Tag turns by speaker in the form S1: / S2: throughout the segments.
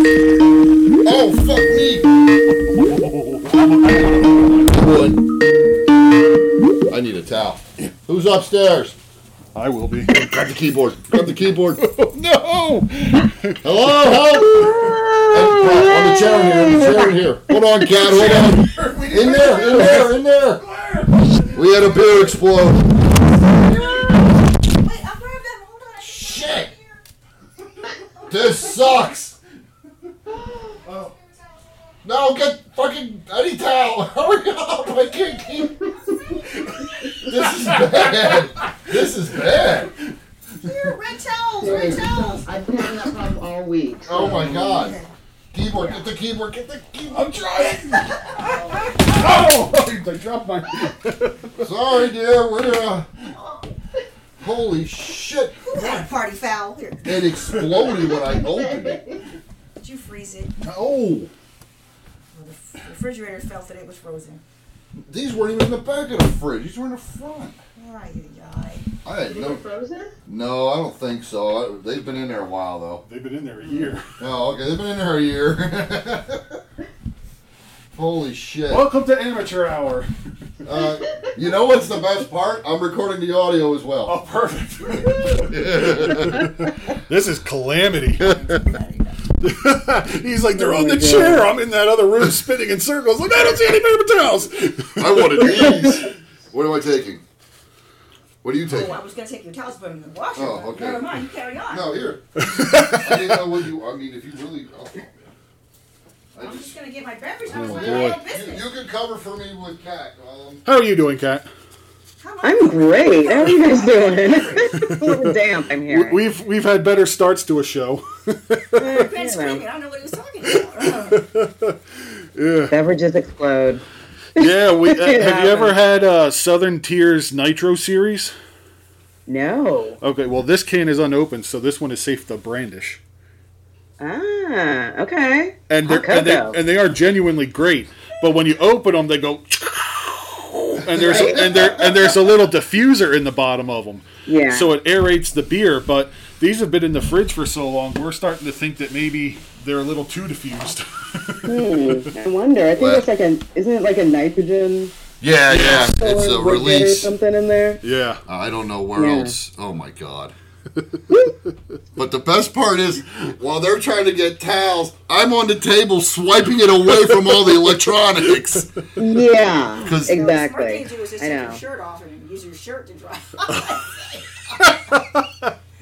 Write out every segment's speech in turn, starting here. S1: Oh, fuck me. Wood. I need a towel. Who's upstairs?
S2: I will be.
S1: Grab the keyboard. Grab the keyboard.
S2: no!
S1: Hello, help! Hey, on the chair here, on the chair here. Hold on, cat, hold on. In there, in there, in there. We had a beer explode.
S3: Wait, I'll grab them. Hold on.
S1: Shit! This sucks. No, get fucking any towel. Hurry up! I can't keep. This is bad. This is bad.
S3: Here, red towels, red towels.
S4: I've been having that problem all week.
S1: Oh my god. Keyboard, get the keyboard, get the keyboard.
S2: I'm trying! oh! I dropped my.
S1: Sorry, dear. We're uh, holy shit!
S3: Who had a party foul? Here,
S1: It exploded when I opened it.
S3: did you freeze it?
S1: Oh,
S3: Well, the f- refrigerator felt that it was frozen.
S1: these weren't even in the back of the fridge. These were in the front.
S3: All right, you guy.
S1: I had
S4: Is it
S1: no.
S4: frozen?
S1: No, I don't think so. I, they've been in there a while though.
S2: They've been in there a year.
S1: Oh, okay. They've been in there a year. holy shit!
S2: Welcome to Amateur Hour.
S1: Uh, you know what's the best part? I'm recording the audio as well.
S2: Oh, perfect. this is calamity. He's like, they're on the chair. I'm in that other room spinning in circles. Like, I don't see any paper towels.
S1: I wanted these. What am I taking? What are you
S3: Oh,
S1: taking?
S3: I was gonna take your towels, but I'm in the washer.
S1: Oh,
S3: but
S1: okay.
S3: Never mind. You carry on.
S1: No, here. I didn't know what you. I mean, if you really. Oh, man. I
S3: I'm
S1: just.
S3: just gonna get my beverage. I was
S2: Oh,
S3: like,
S2: boy.
S3: my own
S1: You,
S3: business.
S1: you can cover for me with cat. Um,
S2: How are you doing, Kat?
S3: How about
S4: I'm great. How are you guys doing? a little damp, I'm
S2: We-
S4: here.
S2: We've we've had better starts to a show.
S3: Ben screaming. I don't know what he was talking about. Uh,
S4: Beverages explode.
S2: yeah, we,
S4: It
S2: have you ever
S4: happens.
S2: had uh, Southern Tears Nitro series?
S4: No.
S2: Okay, well this can is unopened, so this one is safe to brandish.
S4: Ah, okay.
S2: and they're,
S4: Hot
S2: and, they,
S4: cocoa.
S2: and they are genuinely great. But when you open them, they go, and there's and there and there's a little diffuser in the bottom of them,
S4: Yeah.
S2: so it aerates the beer. But these have been in the fridge for so long, we're starting to think that maybe they're a little too diffused.
S4: Hmm, I wonder. I think
S1: What?
S4: it's like an isn't it like a nitrogen
S1: yeah, yeah. It's
S4: colored
S1: a
S4: liquid or
S1: release.
S4: something in there?
S2: yeah,
S1: I don't know where
S4: Yeah.
S1: else. Oh my god. but the best part is, while they're trying to get towels, I'm on the table swiping it away from all the electronics.
S4: Yeah.
S1: 'Cause-
S3: you know, The smart
S4: Exactly.
S3: thing to do is just
S4: I
S3: take your
S4: know.
S3: shirt off and use your shirt to dry.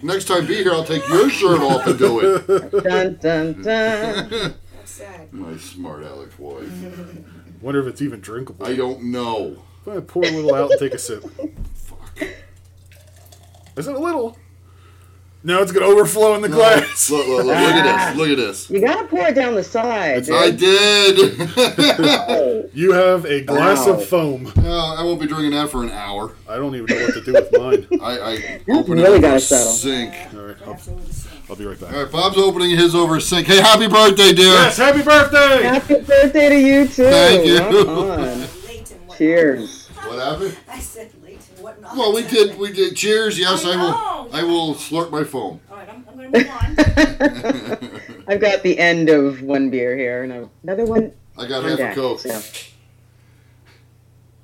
S1: Next time, be here. I'll take your shirt off and do it.
S4: Dun dun dun.
S3: That's sad.
S1: My smart aleck wife.
S2: wonder if it's even drinkable.
S1: I don't know.
S2: Eh, pour a little out and take a sip. Is it a little? Now it's gonna overflow in the glass.
S1: Look, look, look, look at this. Look at this.
S4: You gotta pour it down the side. dude.
S1: I did.
S2: You have a glass
S4: Wow.
S2: of foam.
S1: Uh, I won't be drinking that for an hour.
S2: I don't even know what to do with mine.
S1: I, I
S4: really
S1: over
S4: gotta settle.
S1: Sink.
S2: All right, I'll,
S3: Absolutely sad.
S2: I'll be right back.
S1: All right, Bob's opening his over sink. Hey, happy birthday, dear.
S2: Yes, happy birthday!
S4: Happy birthday to you too.
S1: Thank you.
S4: Well done.
S3: Late and whatnot. Uh-huh.
S4: Cheers.
S1: What happened?
S3: I said late and whatnot.
S1: Well, we did. We did. Cheers. Yes, I,
S3: I
S1: will.
S3: know.
S1: I will slurp my phone.
S3: All right, I'm, I'm gonna move on.
S4: I've got the end of one beer here and I've- another one.
S1: I got
S4: on
S1: half a
S4: deck,
S1: coke.
S4: so.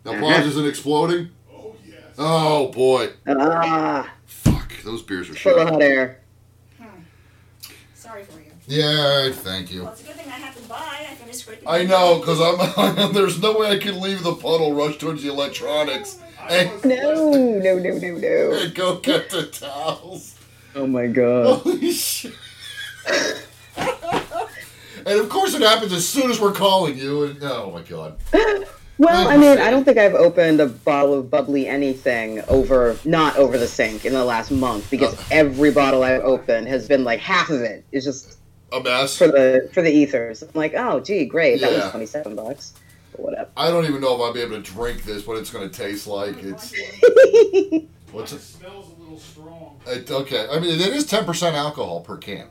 S1: Now, Bob's isn't exploding. Oh boy!
S4: Ah,
S1: Fuck, those beers are
S4: full of
S1: shot.
S4: hot air.
S3: Sorry for you.
S1: Yeah, thank you.
S3: Well, it's a good thing I happened by. I finished scraping.
S1: I know, cause I'm. there's no way I can leave the puddle, rush towards the electronics, and,
S4: No, no, no, no, no.
S1: and go get the towels.
S4: Oh my god.
S1: Holy shit. and of course it happens as soon as we're calling you and oh my god.
S4: Well, I mean, I don't think I've opened a bottle of bubbly anything over, not over the sink in the last month because
S1: Oh.
S4: every bottle I've opened has been like half of it is just
S1: A mess.
S4: for the for the ethers. I'm like, oh, gee, great, that
S1: Yeah.
S4: was twenty seven bucks, but whatever.
S1: I don't even know if I'll be able to drink this, what it's gonna taste like. It's what's it?
S2: smells a little strong.
S1: it okay. I mean it is ten percent alcohol per can.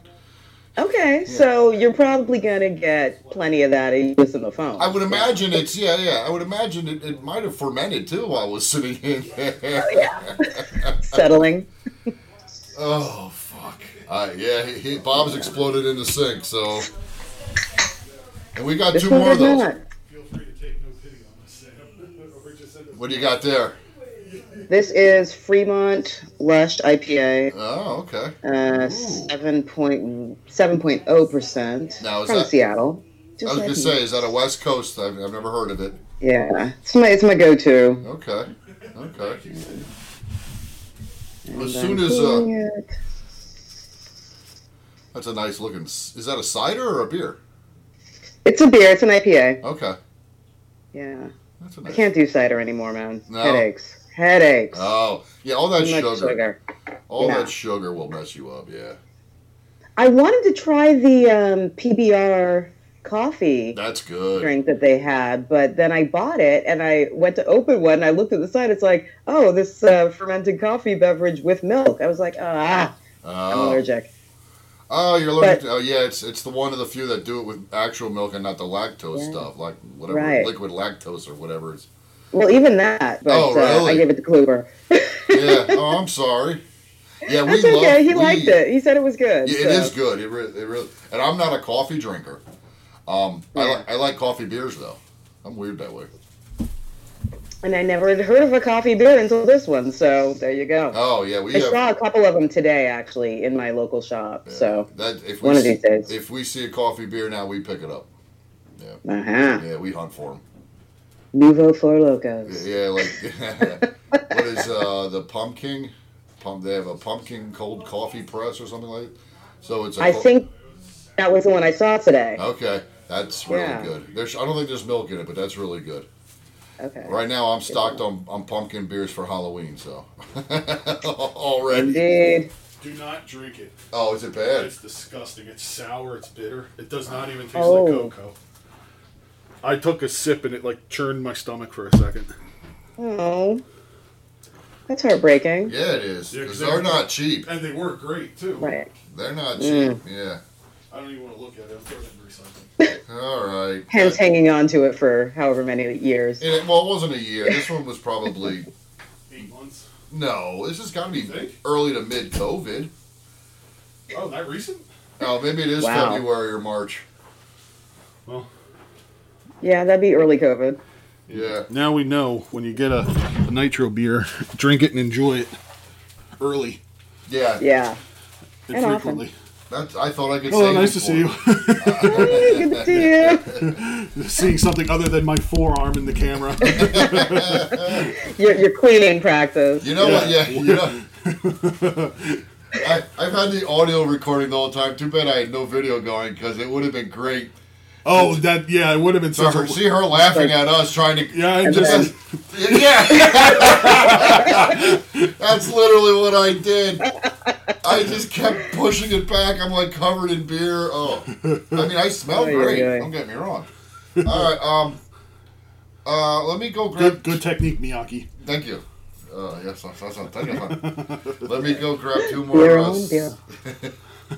S4: Okay, so you're probably gonna get plenty of that in just in the phone.
S1: I would imagine it's yeah, yeah. I would imagine it, it might have fermented too while it was sitting
S4: Oh,
S1: in there.
S4: Settling.
S1: Oh fuck. Uh, yeah, he, he, bombs exploded in the sink. So, and we got
S4: This
S1: two
S4: one
S1: more of
S4: did
S1: those.
S4: not.
S2: Feel free to take no pity on us, Sam. Or just send us
S1: What do you got there?
S4: This is Fremont Lush IPA,
S1: Oh, okay.
S4: uh, 7.0 percent
S1: Now,
S4: from
S1: is that- I
S4: Seattle. Just
S1: was gonna
S4: like-
S1: say, is that a West Coast? I've, I've never heard of it.
S4: yeah, it's my it's my go-to.
S1: Okay, okay.
S4: And
S1: As
S4: I'm
S1: soon as uh,
S4: feeling it.
S1: that's a nice looking. s- Is that a cider or a beer?
S4: it's a beer, it's an IPA.
S1: Okay,
S4: Yeah,
S1: that's a
S4: I
S1: nice.
S4: can't do cider anymore, man.
S1: No.
S4: Headaches, headaches.
S1: Oh, yeah, all that
S4: Too much
S1: sugar,
S4: sugar.
S1: all
S4: Yeah.
S1: that sugar will mess you up. Yeah,
S4: I wanted to try the um, PBR coffee.
S1: that's good.
S4: drink that they had, but then I bought it and I went to open one and I looked at the side. It's like, oh, this uh, fermented coffee beverage with milk. I was like, ah, I'm
S1: Oh,
S4: allergic.
S1: oh, you're allergic.
S4: But-
S1: to, oh, yeah, it's it's the one of the few that do it with actual milk and not the lactose
S4: Yeah.
S1: stuff, like whatever
S4: Right.
S1: liquid lactose or whatever. It's.
S4: Well, even that, but
S1: Oh,
S4: uh,
S1: really?
S4: I gave it to Kluber.
S1: Yeah. oh, I'm sorry. Yeah, we
S4: That's
S1: love.
S4: okay. He
S1: we-
S4: liked it. He said it was good.
S1: Yeah, it
S4: so-
S1: is good. It really, it really. And I'm not a coffee drinker. Um, I,
S4: Yeah.
S1: li- I like coffee beers though. I'm weird that way.
S4: And I never had heard of a coffee beer until this one. So there you go.
S1: Oh yeah, we
S4: I
S1: have.
S4: saw a couple of them today, actually, in my local shop.
S1: yeah,
S4: So,
S1: that if we
S4: one of
S1: see,
S4: these days.
S1: if we see a coffee beer now, we pick it up.
S4: uh-huh.
S1: Yeah, we hunt for them.
S4: Nouveau Four Locos.
S1: Yeah, like what is uh the pumpkin? Pump. They have a pumpkin cold coffee press or something like. That. So it's. a
S4: I
S1: co-
S4: think that was the one I saw today.
S1: Okay, that's really
S4: Yeah.
S1: good. There's, I don't think there's milk in it, but that's really good.
S4: Okay.
S1: Right now, I'm stocked on, on pumpkin beers for Halloween, so already.
S4: Indeed.
S2: Do not drink it.
S1: Oh, is it bad?
S2: It's disgusting. It's sour. It's bitter. It does not even taste
S4: Oh.
S2: like cocoa. I took a sip and it like churned my stomach for a second.
S4: Oh, that's heartbreaking.
S1: Yeah, it is.
S2: Yeah,
S1: 'cause
S2: 'cause
S1: they're
S2: they-
S1: not cheap.
S2: And they were great too.
S4: Right.
S1: They're not cheap.
S4: Mm.
S1: Yeah.
S2: I don't even want to look at it. I'm throwing it in recycling.
S1: All right. Uh,
S4: Hence hanging on to it for however many years.
S1: And it- well, it wasn't a year. This one was probably
S2: Eight months.
S1: no. This has got to be
S2: Think?
S1: early to mid COVID.
S2: Oh, that recent?
S1: Oh, maybe it is
S4: Wow.
S1: February or March.
S2: Well,
S4: Yeah, that'd be early COVID.
S1: Yeah.
S5: Now we know when you get a, a nitro beer, drink it and enjoy it early
S1: Yeah.
S4: Yeah.
S5: and,
S4: And often.
S5: frequently.
S1: That's, I thought I could.
S5: Oh,
S1: save
S5: nice to
S1: it for
S5: see you.
S4: Hey, good to see you.
S5: Seeing something other than my forearm in the camera.
S4: Your, your cleaning practice.
S1: You know what? Yeah, you know. I, I've had the audio recording the whole time. Too bad I had no video going because it would have been great.
S5: oh, that yeah, it would have been
S1: So
S5: such
S1: her,
S5: a
S1: see her laughing at us trying to.
S5: yeah. I
S4: And
S5: just
S1: Yeah. That's literally what I did. I just kept pushing it back. I'm like covered in beer. Oh, I mean, I smell
S4: Oy, oy,
S1: great.
S4: oy.
S1: Don't get me wrong. All right. Um. Uh, let me go grab
S5: good, good technique, Miyaki.
S1: Thank you. Uh, yes, that's, that's, thank you. Let me go grab two more
S4: Beer
S1: uh,
S4: on beer.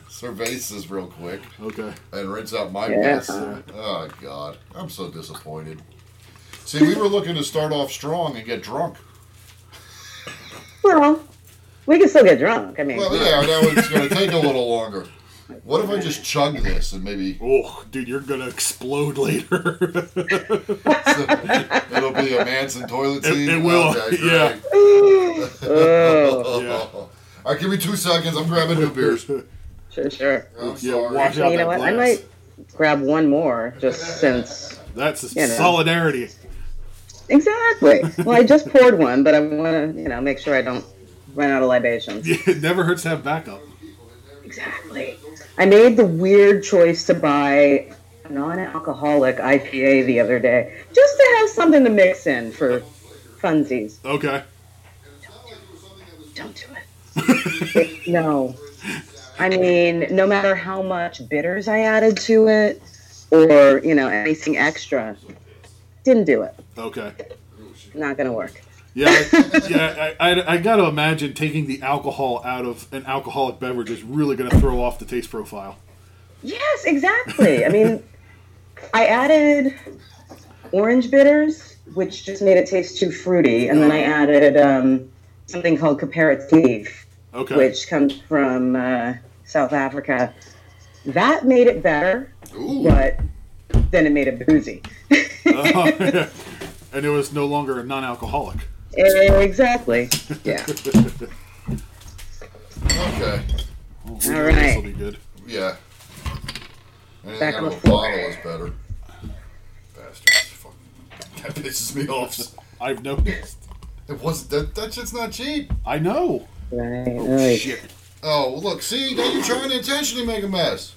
S1: cervezas real quick
S5: Okay.
S1: and rinse out my
S4: Yeah.
S1: mess. Oh, God. I'm so disappointed. See, we were looking to start off strong and get drunk.
S4: Well, we can still get drunk. I mean,
S1: Well, yeah, now it's going to take a little longer. What if I just chug this and maybe
S5: Oh, dude, you're gonna explode later.
S1: it'll be a Manson toilet seat?
S5: it will, yeah.
S1: great.
S4: oh,
S1: All right, give me two seconds. I'm grabbing new beers. I'm
S4: sure, sure.
S5: yeah,
S1: sorry.
S5: watch out
S4: you
S5: that
S4: know what?
S5: glass.
S4: I might grab one more just since.
S5: That's
S4: You know.
S5: solidarity.
S4: Exactly. Well, I just poured one, but I want to, you know, make sure I don't run out of libations.
S5: It never hurts to have backup.
S4: Exactly. I made the weird choice to buy a non-alcoholic IPA the other day, just to have something to mix in for funsies.
S5: Okay.
S4: Don't do it. It- no. I mean, no matter how much bitters I added to it, or you know, anything extra, didn't do it.
S5: Okay.
S4: Not gonna work.
S5: Yeah, I- yeah. I, I, I got to imagine taking the alcohol out of an alcoholic beverage is really going to throw off the taste profile.
S4: Yes, exactly. I mean, I added orange bitters, which just made it taste too fruity, and then I added um, something called caparic leaf,
S5: Okay.
S4: which comes from uh, South Africa. That made it better,
S1: Ooh.
S4: but then it made it boozy.
S5: Oh,
S2: and it was no longer a non-alcoholic.
S4: exactly. Yeah.
S1: Okay.
S4: All
S2: This will
S4: right.
S2: be good.
S1: Yeah. Anything
S4: Back
S1: out
S4: on
S1: of
S4: the
S1: a
S4: floor.
S1: bottle is better. Bastards. Fuck. That pisses me off.
S2: I've noticed.
S1: It was that that shit's not cheap.
S2: I know.
S4: Right. right.
S2: Shit.
S1: Oh, well, look, see, now you're trying to intentionally make a mess.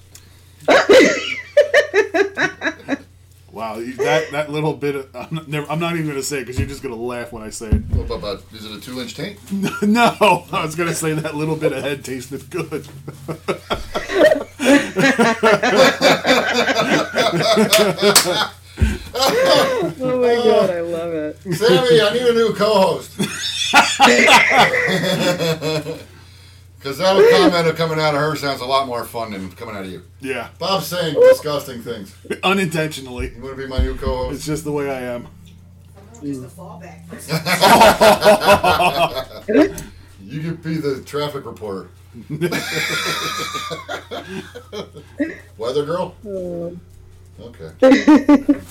S2: Wow, you- that that little bit. Of, I'm, not, never, I'm not even gonna say it because you're just gonna laugh when I say it.
S1: What about, about is it a two inch tank?
S2: no, I was gonna say that little bit of head tasted good.
S4: Oh my god, I love it.
S1: Sammy, I need a new co-host. Because that comment of coming out of her sounds a lot more fun than coming out of you.
S2: Yeah,
S1: Bob's saying disgusting things.
S2: unintentionally.
S1: You want to be my new
S2: It's
S1: co-host?
S2: just the way I am.
S3: Just the fallback.
S1: You could be the traffic reporter. Weather girl? Okay.
S2: Yeah,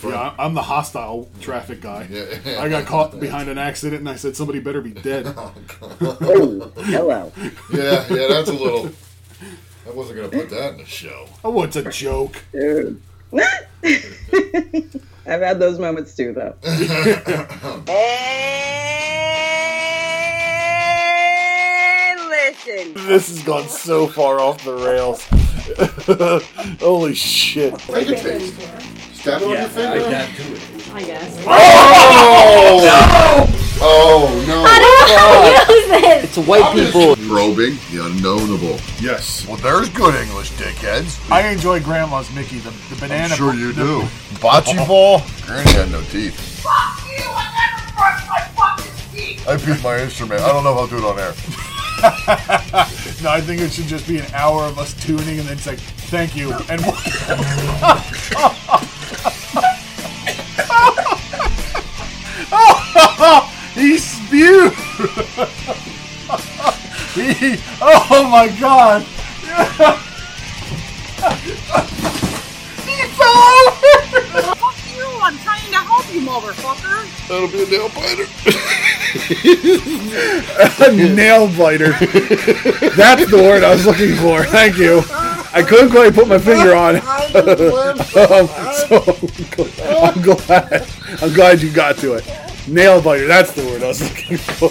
S2: I- I'm the hostile traffic guy.
S1: Yeah.
S2: I got caught behind an accident and I said somebody better be dead.
S4: Oh, hello.
S1: Yeah, yeah, that's a little. I wasn't going to put that in the show.
S2: Oh, it's a joke.
S4: Dude. I've had those moments too, though.
S2: This has gone so far off the rails. Holy shit.
S1: Take a taste. Stab it on your finger.
S6: I guess.
S1: Oh no!
S7: It's white people.
S1: Probing the unknownable.
S2: Yes.
S1: Well, there's good English, dickheads.
S2: I enjoy Grandma's Mickey, the, the banana.
S1: sure you do. Bocce ball. Granny had no teeth.
S8: Fuck you! I never brushed my fucking teeth!
S1: I beat my instrument. I don't know if I'll do it on air.
S2: No, I think it should just be an hour of us tuning and then it's like, thank you. And he spewed. he, oh my god.
S6: Fuck you! I'm trying to help you, motherfucker.
S1: That'll be a nail biter.
S5: A nail biter. That's the word I was looking for. Thank you. I couldn't quite put my finger on it. Um, so I'm gl- I'm glad. I'm glad you got to it. Nail biter. That's the word I was looking for.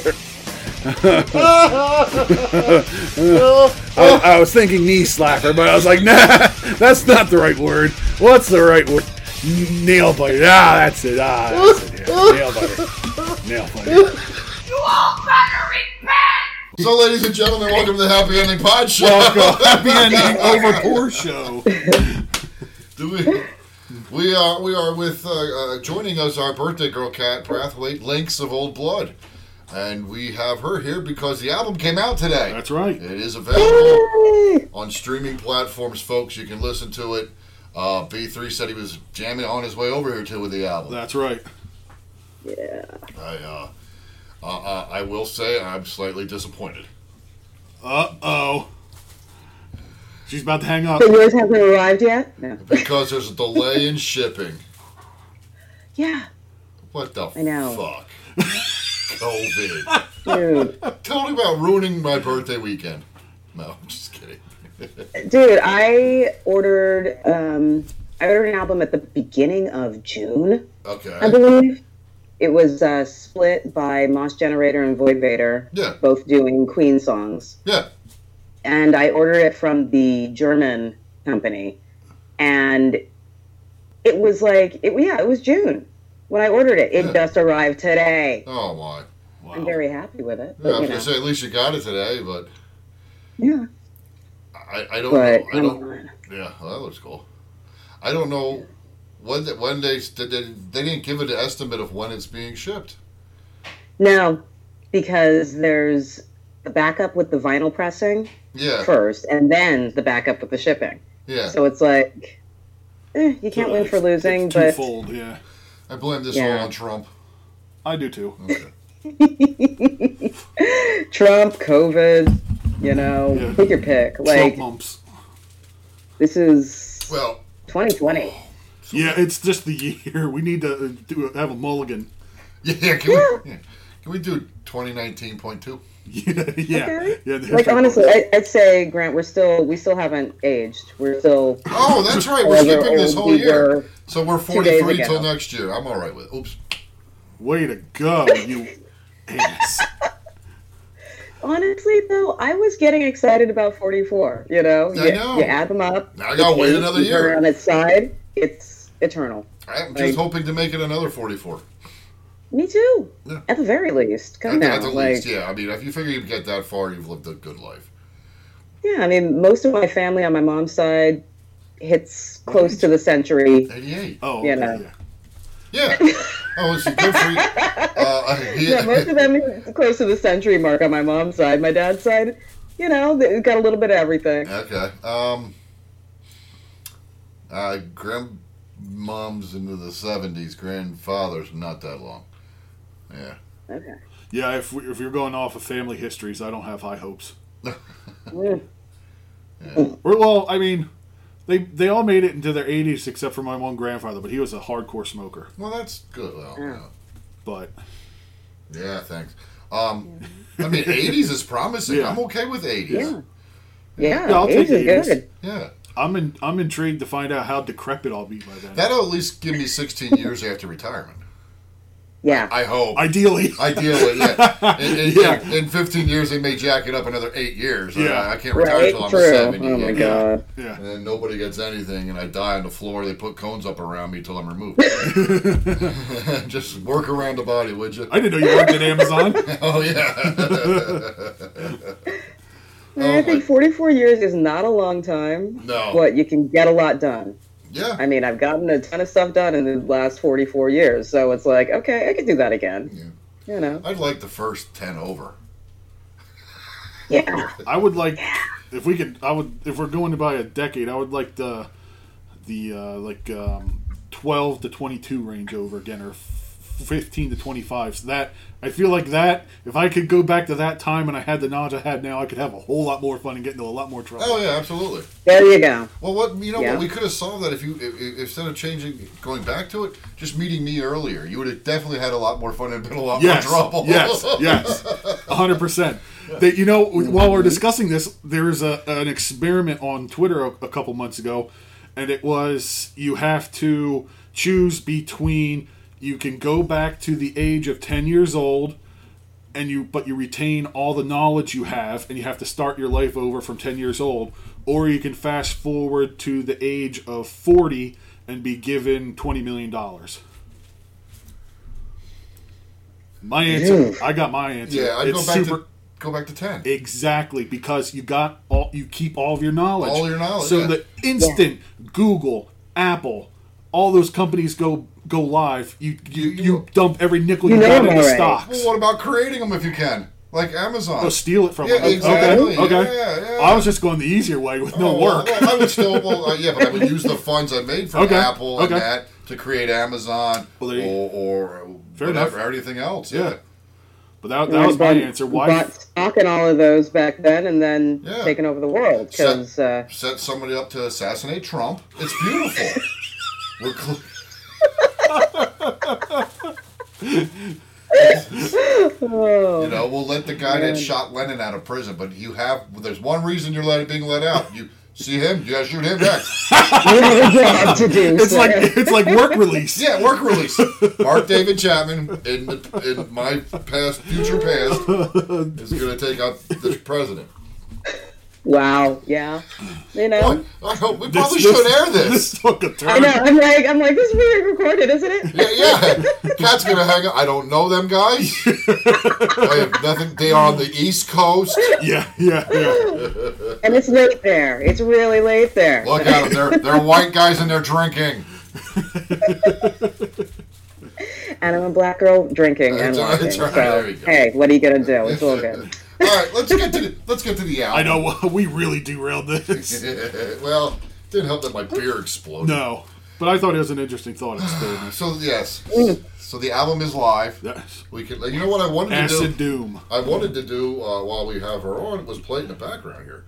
S5: I, I was thinking knee slapper, but I was like, nah, that's not the right word. What's the right word? Nail biter. Ah, that's it. Ah, that's it. Yeah. Nail biter. Nail biter.
S8: You all better repent!
S1: So, ladies and gentlemen, welcome to the Happy Ending Pod Show.
S2: Welcome. Happy ending over poor show.
S1: Do we? We are we are with uh, uh, joining us our birthday girl Cat Brathwaite Links of Old Blood, and we have her here because the album came out today.
S2: That's right.
S1: It is available on streaming platforms, folks. You can listen to it. Uh, B3 said he was jamming on his way over here too with the album.
S2: That's right.
S4: Yeah.
S1: I uh, uh, uh, I will say I'm slightly disappointed.
S2: Uh oh. She's about to hang up.
S4: So yours hasn't arrived yet? No.
S1: because there's a delay in shipping.
S4: Yeah.
S1: What the
S4: I know.
S1: fuck? COVID.
S4: Dude.
S1: Tell me about ruining my birthday weekend. No, I'm just kidding.
S4: Dude, I ordered um I ordered an album at the beginning of June, I
S1: Okay.
S4: believe. It was uh, split by Moss Generator and Void Vader,
S1: Yeah.
S4: both doing Queen songs.
S1: Yeah.
S4: and I ordered it from the German company, and it was like, it, yeah, it was June when I ordered it. It
S1: Yeah.
S4: just arrived today.
S1: Oh my.
S4: I'm very happy with it.
S1: Yeah, I
S4: But,
S1: was
S4: you know,
S1: gonna say at least you got it today, but
S4: yeah,
S1: I, I don't
S4: but
S1: know. I
S4: I'm
S1: don't.
S4: fine.
S1: Yeah, well, that looks cool. I don't know when they, when they did they, they didn't give an estimate of when it's being shipped.
S4: no, because there's the backup with the vinyl pressing
S1: Yeah.
S4: first, and then the backup with the shipping.
S1: Yeah.
S4: So it's like, eh, you can't win for losing,
S2: It's
S4: but
S2: twofold, yeah.
S1: I blame this
S4: Yeah.
S1: all on Trump.
S2: I do too.
S1: Okay.
S4: Trump, COVID, You know,
S2: Yeah.
S4: take your pick.
S2: Like,
S4: Like
S2: mumps.
S4: this is
S1: Well,
S4: 2020.
S2: Yeah, it's just the year. We need to uh, do have a mulligan.
S1: yeah, can we yeah. can we do twenty nineteen point two?
S2: Yeah, yeah,
S4: Okay.
S2: yeah.
S4: Like honestly, I, I'd say Grant, we're still we still haven't aged. We're still
S1: Oh, that's right. We're
S4: Well, they're
S1: skipping this
S4: old,
S1: whole
S4: we
S1: year.
S4: were
S1: So we're
S4: two days
S1: 43
S4: ago.
S1: till next year. I'm all right with it. Oops.
S2: way to go, you ass.
S4: honestly though, I was getting excited about 44. You know,
S1: I
S4: you,
S1: know.
S4: you add them up.
S1: Now I gotta wait another
S4: you turn
S1: year.
S4: it On its side, it's eternal.
S1: I'm just
S4: Like-
S1: hoping to make it another 44.
S4: Me too.
S1: Yeah.
S4: At the very least, come
S1: At, the-
S4: now.
S1: at the
S4: like,
S1: least, yeah. I mean, if you figure you get that far, you've lived a good life.
S4: Yeah, I mean, most of my family on my mom's side hits close to the century.
S1: 88.
S2: Oh,
S4: Yeah,
S2: okay,
S4: no.
S2: yeah.
S1: Yeah. oh, it's good for you. Uh,
S4: Yeah, most
S1: yeah.
S4: of them hit close to the century mark on my mom's side. My dad's side, you know, they got a little bit of everything.
S1: Okay. Um. Uh, grandmom's into the 70s. Grandfather's not that long. Yeah.
S4: Okay.
S2: Yeah, if, we, if you're going off of family histories, I don't have high hopes.
S4: Mm.
S2: Or well, I mean, they they all made it into their 80s except for my one grandfather, but he was a hardcore smoker.
S1: Well, that's good. Well, yeah.
S2: But
S1: Yeah, thanks. Um, I mean, 80s is promising.
S2: Yeah.
S1: I'm okay with 80s.
S4: Yeah. Yeah,
S2: Yeah, I'll
S4: age
S2: take
S4: is
S2: the
S4: good.
S1: Yeah.
S2: I'm in, I'm intrigued to find out how decrepit I'll be by then.
S1: That'll at least give me 16 years after retirement.
S4: Yeah.
S1: I hope.
S2: Ideally,
S1: Ideally, yeah. In, in,
S2: Yeah.
S1: in 15 years, they may jack it up another eight years.
S2: Yeah.
S1: I, I can't retire
S4: Right?
S1: until I'm
S4: True.
S1: 70.
S4: Oh my
S1: yeah.
S4: god.
S2: yeah.
S1: And then nobody gets anything, and I die on the floor. They put cones up around me till I'm removed. Just work around the body, would you?
S2: I didn't know you worked at Amazon.
S1: Oh, yeah.
S4: I think 44 years is not a long time,
S1: No.
S4: but you can get a lot done.
S1: yeah.
S4: I mean, I've gotten a ton of stuff done in the last 44 years, so it's like, okay, I can do that again. You know.
S1: I'd like the first 10 over.
S4: Yeah.
S2: I would like if we could. I would if we're going to buy a decade. I would like the the uh, like um, twelve to twenty two range over again, or f- fifteen to twenty five. So that I feel like that if I could go back to that time and I had the knowledge I had now, I could have a whole lot more fun and get into a lot more trouble.
S1: Oh, yeah, absolutely.
S4: There you go.
S1: Well, what you know,
S4: Yeah.
S1: what we could have solved that if you if, if- instead of changing, going back to it, just meeting me earlier. You would have definitely had a lot more fun and been a lot
S2: Yes,
S1: more trouble.
S2: yes, yes, a hundred percent. That you know, while we're discussing this, there is a an experiment on Twitter a, a couple months ago, and it was you have to choose between you can go back to the age of ten years old, and you but you retain all the knowledge you have, and you have to start your life over from ten years old, or you can fast forward to the age of forty and be given twenty million dollars. My answer. I got my answer.
S1: yeah. I'd
S2: it's
S1: go back
S2: super
S1: to go back to ten.
S2: exactly because you got all you keep all of your knowledge.
S1: All your knowledge,
S2: So
S1: yeah.
S2: the instant Google, Apple, all those companies go go live, you you,
S1: You-
S2: you, dump every nickel you,
S4: You know
S2: got
S4: them
S2: into
S4: already.
S2: stocks.
S1: well, what about creating them if you can, like Amazon?
S2: Oh, steal it from
S1: Yeah,
S2: them.
S1: exactly.
S2: Okay. okay.
S1: Yeah, yeah.
S2: I was just going the easier way with no
S1: Oh,
S2: work.
S1: Well, I would still, well, uh, yeah, but I would use the funds I made from
S2: Okay,
S1: Apple and
S2: okay.
S1: that to create Amazon
S2: Well, there you-
S1: or, or
S2: Fair
S1: whatever,
S2: enough.
S1: everything else.
S2: Yeah.
S1: Yeah.
S2: But that, that was my answer. Why?
S4: Bought stock in all of those back then, and then
S1: Yeah.
S4: taking over the world because uh,
S1: Set somebody up to assassinate Trump. It's beautiful. We're cl-
S4: oh,
S1: You know, we'll let the guy that shot Lennon out of prison, but you have well, there's one reason you're letting being let out. You see him, you gotta shoot him next.
S4: we have a job to do.
S2: it's
S4: sir.
S2: like it's like work release.
S1: Yeah, work release. Mark David Chapman in the, in my past future past is gonna take out this president.
S4: wow, yeah, you know.
S1: What? I hope we probably
S2: This-
S1: should air
S2: This
S1: this.
S2: took a
S4: I
S2: turn.
S4: know. I'm like, I'm like, this is being recorded, isn't it?
S1: Yeah, yeah. Cat's gonna hang up. I don't know them guys. I have nothing. They are on the East Coast.
S2: Yeah, yeah, yeah.
S4: And it's late there. It's really late there.
S1: Look at them. They're they're white guys and they're drinking.
S4: And I'm a black girl drinking and
S1: That's right,
S4: walking.
S1: that's right. There we
S4: So,
S1: go.
S4: hey, what are you gonna do? It's all good.
S1: All right, let's get to the, let's get to the album.
S2: I know we really derailed this.
S1: well, didn't help that my beer exploded.
S2: No. But I thought it was an interesting thought experiment.
S1: So yes, so the album is live.
S2: Yes.
S1: We could. You know what I wanted to do?
S2: Acid Doom.
S1: I wanted to do uh, while we have her on was play in the background here,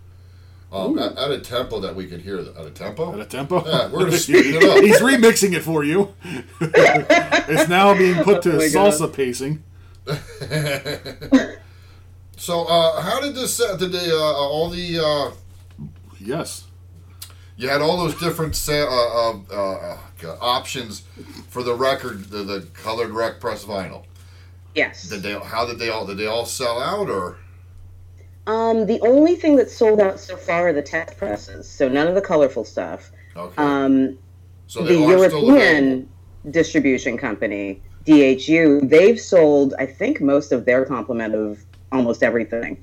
S1: um, at, at a tempo that we could hear. At a tempo.
S2: At a tempo.
S1: Yeah, we're gonna speed it up.
S2: He's remixing it for you. it's now being put to
S4: Oh my God.
S2: salsa pacing.
S1: So uh, how did this? set- Did they uh, all the? Uh,
S2: Yes.
S1: you had all those different sa- uh, uh, uh, uh, options for the record, the, the colored rec press vinyl.
S4: Yes.
S1: Did they? How did they all? Did they all sell out or?
S4: Um, the only thing that's sold out so far are the test presses, so none of the colorful stuff.
S1: Okay.
S4: Um,
S1: so
S4: the
S1: they are still available.
S4: European distribution company, DHU, they've sold, I think, most of their complement of almost everything.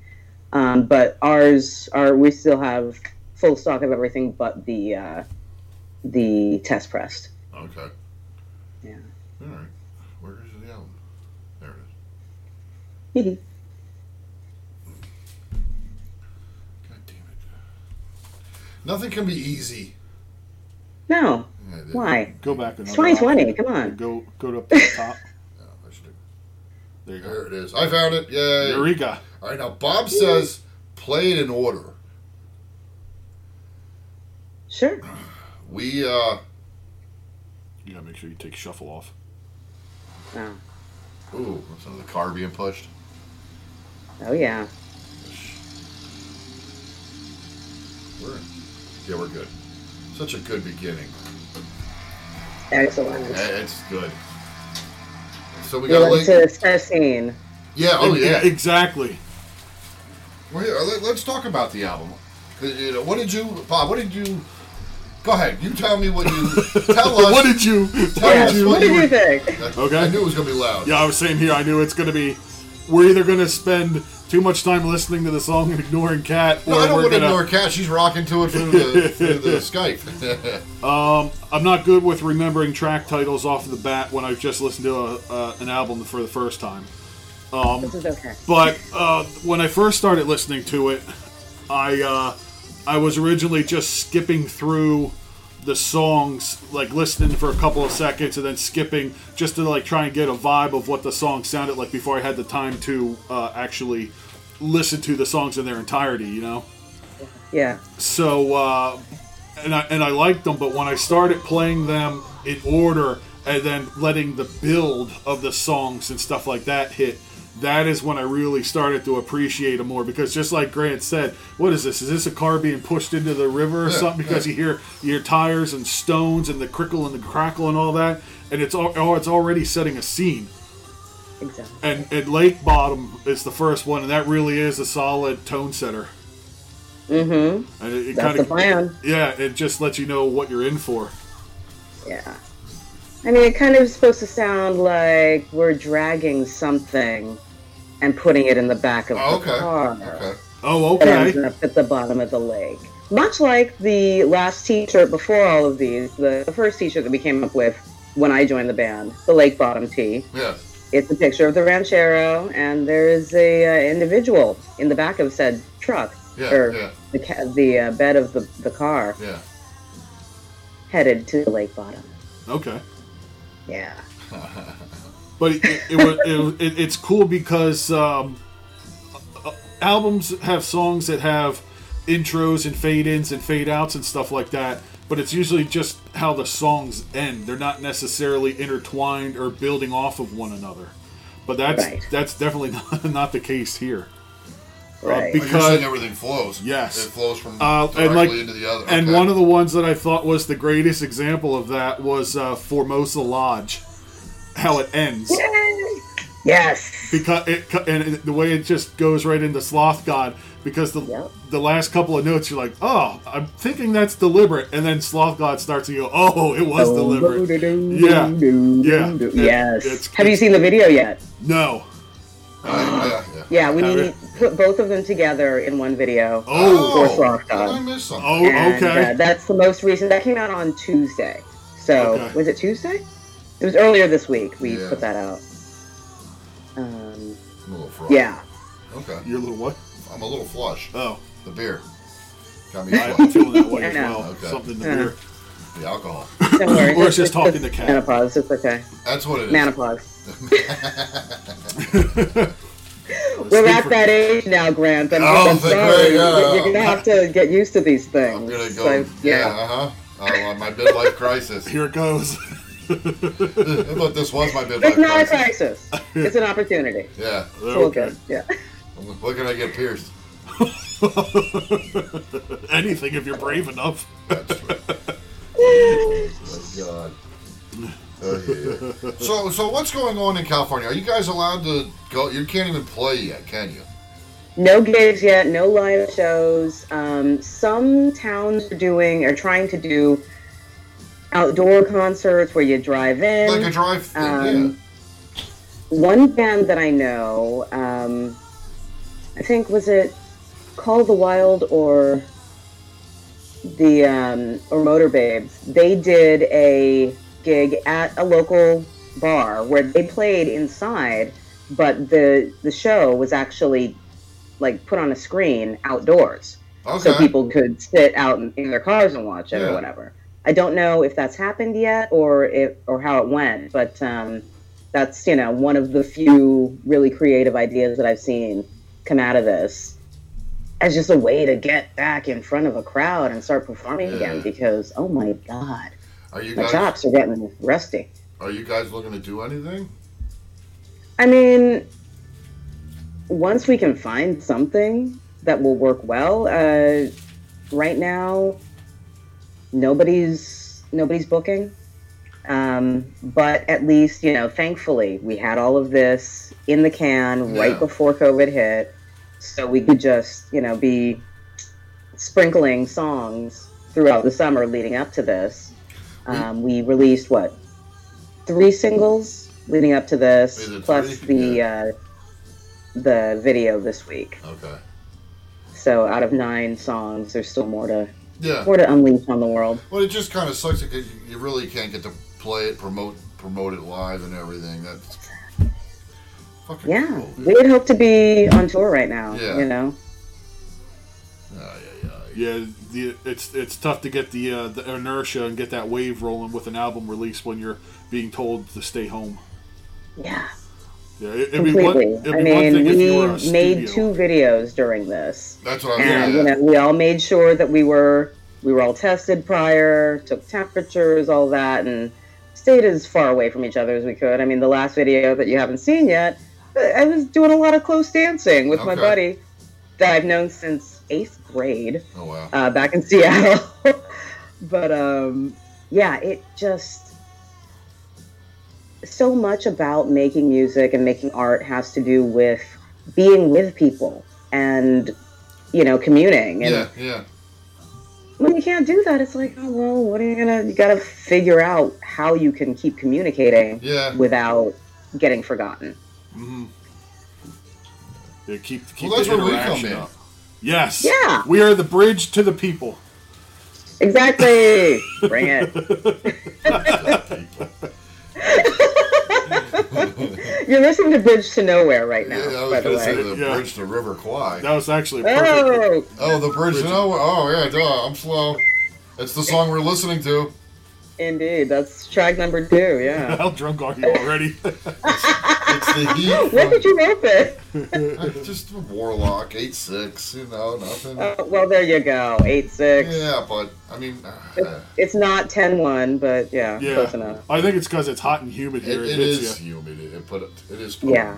S4: Um, but ours are we still have full stock of everything but the uh, the test pressed.
S1: Okay.
S4: Yeah.
S1: All right. Where is the album? There it is. God damn it. Nothing can be easy.
S4: no,
S1: Yeah, they-
S4: why?
S2: Go back
S4: It's
S2: another.
S4: 2020.
S2: option.
S4: Come on.
S2: Go go up to the top.
S1: Yeah, I should have-
S2: There you go.
S1: There it is. I found it. Yay.
S2: Eureka.
S1: All right, now Bob says play it in order.
S4: Sure.
S1: We, uh,
S2: You gotta make sure you take shuffle off.
S4: Oh,
S1: ooh, that's another car being pushed.
S4: oh yeah.
S1: We're, yeah, we're good. Such a good beginning.
S4: Excellent.
S1: Eh, It's good. So we
S4: We
S1: got
S4: like
S1: like,
S4: to set a scene.
S1: yeah, oh yeah.
S2: Exactly.
S1: Well, here, let, let's talk about the album. 'Cause, You know, what did you, Bob? What did you? Go ahead. You tell me what you tell us.
S2: what did you? What
S1: Yeah.
S2: did you?
S4: What did you think?
S2: Okay.
S1: I knew it was gonna be loud.
S2: Yeah, I was saying here. I knew it's gonna be. We're either gonna spend too much time listening to the song and ignoring Cat,
S1: No, I don't
S2: we're
S1: want to
S2: gonna.
S1: ignore Cat. She's rocking to it through the, through the Skype.
S2: I'm not good with remembering track titles off the bat when I've just listened to a, uh, an album for the first time.
S4: This is okay.
S2: But uh, when I first started listening to it, I uh, I was originally just skipping through the songs, like listening for a couple of seconds and then skipping just to like try and get a vibe of what the song sounded like before I had the time to uh, actually listen to the songs in their entirety. You know.
S4: Yeah.
S2: So, uh, and I and I liked them, but when I started playing them in order and then letting the build of the songs and stuff like that hit, that is when I really started to appreciate them more. Because just like Grant said, what is this? Is this a car being pushed into the river or something? Because you hear you hear tires and stones and the crickle and the crackle and all that, and it's all oh, it's already setting a scene
S4: Exactly.
S2: and, and Lake Bottom is the first one, and that really is a solid tone setter. Mm-hmm. And it, it
S4: That's
S2: kinda,
S4: the plan.
S2: Yeah, it just lets you know what you're in for.
S4: Yeah. I mean, it kind of is supposed to sound like we're dragging something and putting it in the back of
S1: oh,
S4: the
S1: okay.
S4: car
S1: Okay.
S2: Oh,
S4: that ends
S2: okay.
S4: up at the bottom of the lake. Much like the last T-shirt before all of these, the, the first T-shirt that we came up with when I joined the band, the lake bottom tee.
S1: Yeah.
S4: It's a picture of the ranchero, and there is a uh, individual in the back of said truck
S1: Yeah,
S4: or
S1: yeah.
S4: the ca- the uh, bed of the, the car
S1: Yeah.
S4: headed to the lake bottom.
S2: Okay.
S4: Yeah.
S2: But it, it, it, was- it, it, it's cool because um, uh, albums have songs that have intros and fade ins and fade outs and stuff like that. But it's usually just how the songs end. They're not necessarily intertwined or building off of one another. But that's
S4: Right.
S2: that's definitely not, not the case here.
S4: Right.
S2: because-
S1: But you're saying everything flows.
S2: Yes.
S1: It flows from
S2: Uh,
S1: directly
S2: and like,
S1: into the other.
S2: and
S1: okay.
S2: one of the ones that I thought was the greatest example of that was uh, Formosa Lodge, how it ends
S4: yes.
S2: because it co- and it, the way it just goes right into Sloth God because the
S4: Yep.
S2: the last couple of notes you're like, oh, I'm thinking that's deliberate, and then Sloth God starts to go, oh, it was deliberate. Yeah. Yeah.
S4: Yes.
S2: It's-
S4: Have you seen the video yet?
S2: No.
S1: Yeah, yeah, yeah.
S4: Yeah, we
S2: Have
S4: need
S2: it.
S4: to put both of them together in one video.
S2: Oh.
S4: for Sloth
S1: did I
S4: God.
S1: missed something?
S2: Oh,
S4: And,
S2: okay.
S4: uh, that's the most recent. That came out on Tuesday. So
S2: Okay.
S4: was it Tuesday? It was earlier this week. We
S1: Yeah.
S4: put that out.
S1: I'm
S4: Um,
S1: a little frog.
S4: yeah.
S1: Okay.
S2: Your little what?
S1: I'm a little flush.
S2: Oh,
S1: The beer got me
S2: I'm
S1: flushed.
S2: feeling that way
S4: I
S2: as
S4: know. Uh-huh.
S2: well.
S1: Okay.
S2: Something in the
S4: Yeah.
S2: mirror.
S1: The alcohol.
S4: Don't worry.
S2: Or it's just talking to Kat.
S4: Menopause. It's okay.
S1: That's what it is.
S4: Menopause. We're at that age now, Grant. I'm
S1: Oh,
S4: I'm
S1: thank
S4: sorry.
S1: you. Yeah.
S4: You're gonna have to get used to these things.
S1: I'm gonna go.
S4: So,
S1: yeah. Uh huh. Oh, my midlife crisis.
S2: Here it goes.
S1: I thought this was my midlife
S4: It's not a
S1: crisis.
S4: crisis. It's an opportunity.
S1: Yeah.
S4: It's all good. Yeah.
S1: I'm looking to get pierced.
S2: Anything if you're brave enough.
S1: My God. Oh, yeah. So, so what's going on in California? Are you guys allowed to go? You can't even play yet, can you?
S4: No gigs yet. No live shows. Um, some towns are doing are trying to do outdoor concerts where you drive in.
S1: Like a drive thing,
S4: Um, one band that I know, um, I think was it Call the Wild or the um, or Motor Babes. They did a gig at a local bar where they played inside, but the the show was actually like put on a screen outdoors,
S1: yeah. Okay.
S4: so people could sit out in, in their cars and watch it
S1: Yeah.
S4: or whatever. I don't know if that's happened yet or if or how it went, but um, that's you know one of the few really creative ideas that I've seen come out of this as just a way to get back in front of a crowd and start performing again because oh my god,
S1: are you
S4: my
S1: guys?
S4: chops are getting rusty.
S1: Are you guys looking to do anything?
S4: I mean, once we can find something that will work well, uh, right now, nobody's nobody's booking. Um, but at least you know, thankfully, we had all of this in the can
S1: Yeah.
S4: right before COVID hit, so we could just you know be sprinkling songs throughout the summer leading up to this.
S2: Hmm.
S4: Um, we released what three singles leading up to this,
S1: Is it
S4: plus
S1: three?
S4: the uh, the video this week.
S1: Okay.
S4: So out of nine songs, there's still more to
S1: Yeah.
S4: more to unleash on the world.
S1: Well, it just kind of sucks because you- you really can't get to play it, promote, promote it live, and everything. That's fucking
S4: Yeah,
S1: cool.
S4: we would hope to be on tour right now.
S1: Yeah.
S4: You know,
S1: Ay, ay, ay.
S2: Yeah, the, it's it's tough to get the, uh, the inertia and get that wave rolling with an album release when you're being told to stay home.
S4: yeah,
S2: Yeah, it, it'd be one,
S4: completely.
S2: it'd be
S4: I
S2: one
S4: mean,
S2: thing if you
S4: we
S2: were a
S4: made
S2: studio.
S4: two videos during this,
S1: That's what I'm.
S4: and
S1: yeah.
S4: you know, we all made sure that we were we were all tested prior, took temperatures, all that, and stayed as far away from each other as we could. I mean, the last video that you haven't seen yet, I was doing a lot of close dancing with my
S1: Okay.
S4: buddy that I've known since eighth grade.
S1: Oh wow.
S4: uh, back in Seattle. but um, yeah, it just so much about making music and making art has to do with being with people and you know communing and
S1: Yeah, yeah.
S4: when you can't do that it's like oh well what are you gonna you gotta figure out how you can keep communicating
S1: Yeah.
S4: without getting forgotten
S2: Yeah, keep keep
S1: Well, that's
S2: the
S1: where we come
S2: interaction
S1: in.
S2: up. Yes.
S4: Yeah.
S2: We are the bridge to the people.
S4: exactly bring it you're listening to bridge to nowhere right now
S1: Yeah, I
S4: by
S1: was
S4: the
S1: gonna
S4: way
S1: say the
S2: Yeah.
S1: bridge to River Kwai.
S2: That was actually perfect.
S4: Oh,
S1: Oh, the bridge. to nowhere. Oh, yeah. Duh. I'm slow. It's the song we're listening to.
S4: indeed. That's track number two. Yeah.
S2: How drunk are you already?
S1: It's the heat.
S4: when did you open?
S1: from- Just Warlock eight six. You know nothing.
S4: Oh, well, there you go. Eight six.
S1: Yeah, but I mean, uh,
S4: It's not 10-1, but yeah,
S2: yeah.
S4: close enough.
S2: I think it's because it's hot and humid
S1: it,
S2: here. It,
S1: it
S2: hits
S1: is
S2: you.
S1: humid. It, it put it is.
S4: Yeah.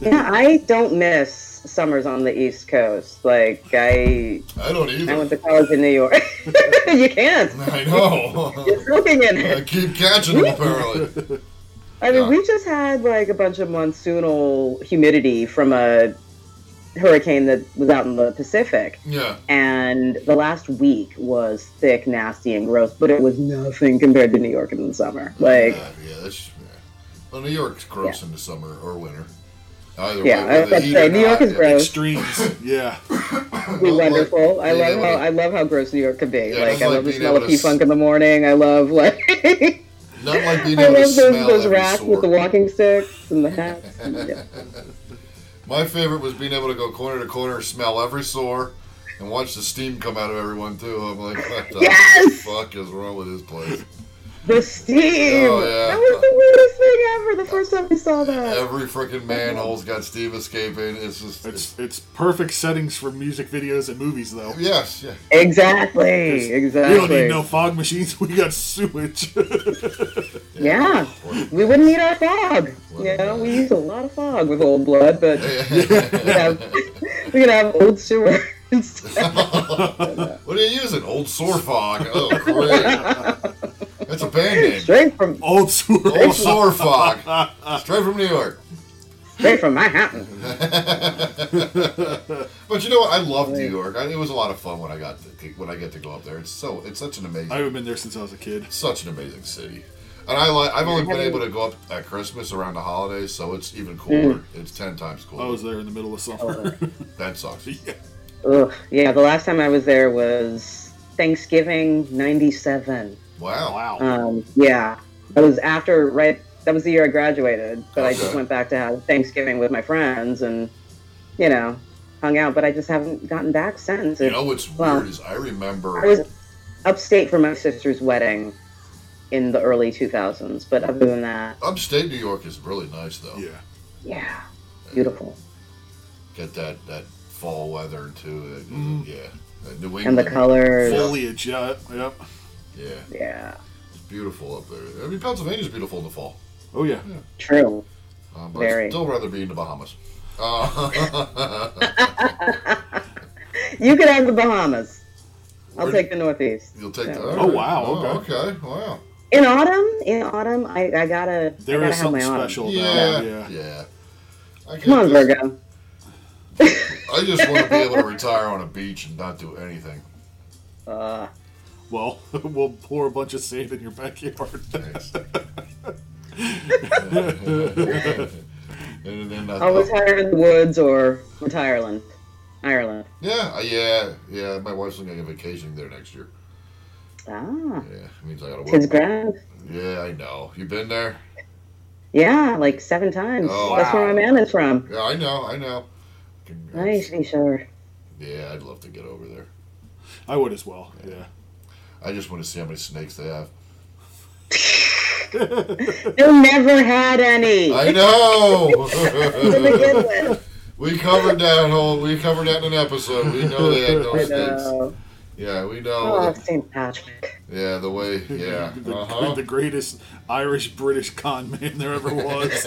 S4: yeah, I don't miss summers on the East Coast. Like I,
S1: I don't
S4: I went
S1: either.
S4: to college in New York. you can't.
S1: I know.
S4: You're soaking in
S1: I
S4: it.
S1: keep catching them apparently.
S4: I mean,
S1: yeah.
S4: we just had like a bunch of monsoonal humidity from a hurricane that was out in the Pacific.
S1: Yeah.
S4: and the last week was thick, nasty, and gross, but it was nothing compared to New York in the summer. Like,
S1: yeah, yeah, that's just, yeah. Well, New York's gross in the summer or winter. Either
S4: Yeah,
S1: way,
S4: I was
S1: whether
S4: about to
S1: heat
S4: say,
S1: or
S4: New York
S1: not,
S4: is
S1: it-
S4: gross.
S2: Extremes. yeah.
S4: be wonderful. I
S1: yeah,
S4: love how
S1: like-
S4: I love how gross New York can be.
S1: Yeah,
S4: like,
S1: it's
S4: I
S1: like
S4: love the
S1: being
S4: smell
S1: able
S4: of
S1: to
S4: pee
S1: s-
S4: funk in the morning. I love like I
S1: Not like being able to
S4: love
S1: smell
S4: those those
S1: every
S4: rats
S1: sore.
S4: with the walking sticks and the hats. Yeah.
S1: My favorite was being able to go corner to corner, smell every sore, and watch the steam come out of everyone too. I'm like, what the
S4: Yes!
S1: fuck? fuck is wrong with this place?
S4: The steam.
S1: Oh, yeah.
S4: That was the weirdest thing ever. The first time I saw that.
S1: Every freaking manhole's got Steve escaping. It's just. It's,
S2: It's it's perfect settings for music videos and movies though.
S1: yes, yeah.
S4: Exactly.
S2: We don't need
S4: Exactly.
S2: no fog machines. We got sewage.
S4: Yeah. We wouldn't need our fog. You know, we use a lot of fog with old blood, but we have, we can have old sewer instead.
S1: What are you using? Old sore fog. Oh, great. That's a band name.
S4: straight from
S2: Old sewer.
S1: Old sore fog. Straight from New York.
S4: straight from Manhattan.
S1: But you know what? I love New York. I, it was a lot of fun when I got to, when I get to go up there. It's so it's such an amazing
S2: I haven't been there since I was a kid.
S1: such an amazing city. And I like I've only been able to go up at Christmas around the holidays, so it's even
S4: Hmm.
S1: cooler. It's ten times cooler.
S2: I was there in the middle of summer.
S4: Oh.
S1: that sucks.
S2: yeah.
S4: Ugh. Yeah, the last time I was there was Thanksgiving '97.
S1: Wow.
S2: Wow.
S4: Um, yeah, that was after right. That was the year I graduated, but I just
S1: Okay.
S4: went back to have Thanksgiving with my friends and, you know, hung out. But I just haven't gotten back since.
S1: You know what's
S4: Wow.
S1: weird is I remember
S4: I was upstate for my sister's wedding in the early 2000s, but other than that,
S1: upstate New York is really nice though.
S2: yeah.
S4: yeah, beautiful.
S1: Get that that fall weather too. uh, Yeah. That New England.
S4: Mm-hmm. And the colors,
S2: Foliage. Yeah. Yep.
S1: Yeah.
S4: yeah,
S1: It's beautiful up there. I mean Pennsylvania's beautiful in the fall.
S2: Oh yeah.
S4: true.
S1: Um, but
S4: Very.
S1: I'd still rather be in the Bahamas. Uh,
S4: You could have the Bahamas. I'll
S1: Where-
S4: take the Northeast.
S1: You'll take the.
S2: Oh, wow,
S1: Oh,
S2: okay.
S1: okay. Wow.
S4: In autumn, in autumn, I, I gotta, I
S2: There
S4: gotta
S2: is
S4: have my
S2: something
S4: autumn.
S2: special
S1: Yeah.
S2: about
S1: Yeah.
S2: it. Yeah.
S1: I
S4: Come on,
S1: can't just-
S4: Virgo.
S1: I just want to be able to retire on a beach and not do anything.
S4: Uh,
S2: Well, we'll pour a bunch of sand in your backyard.
S1: Thanks. and then
S4: I'll
S1: uh,
S4: retire in the woods or from Ireland. Ireland.
S1: yeah, uh, yeah, yeah. My wife's going to vacation there next year.
S4: Ah,
S1: Yeah, it means I got to
S4: kids
S1: work.
S4: grand.
S1: Yeah, I know. You been there?
S4: Yeah, like seven times.
S1: Oh,
S4: That's where
S1: wow.
S4: my man is from.
S1: Yeah, I know. I know.
S4: Nice, be sure.
S1: Yeah, I'd love to get over there.
S2: I would as well. Yeah.
S1: I just want to see how many snakes they have.
S4: You never had any.
S1: I know.
S4: To begin with.
S1: we covered that whole. We covered that in an episode. We know they had no
S4: I
S1: snakes.
S4: know.
S1: Yeah, we know.
S4: Oh, St. Patrick.
S1: Yeah, the way. Yeah.
S2: The,
S1: Uh
S2: the greatest Irish British con man there ever was.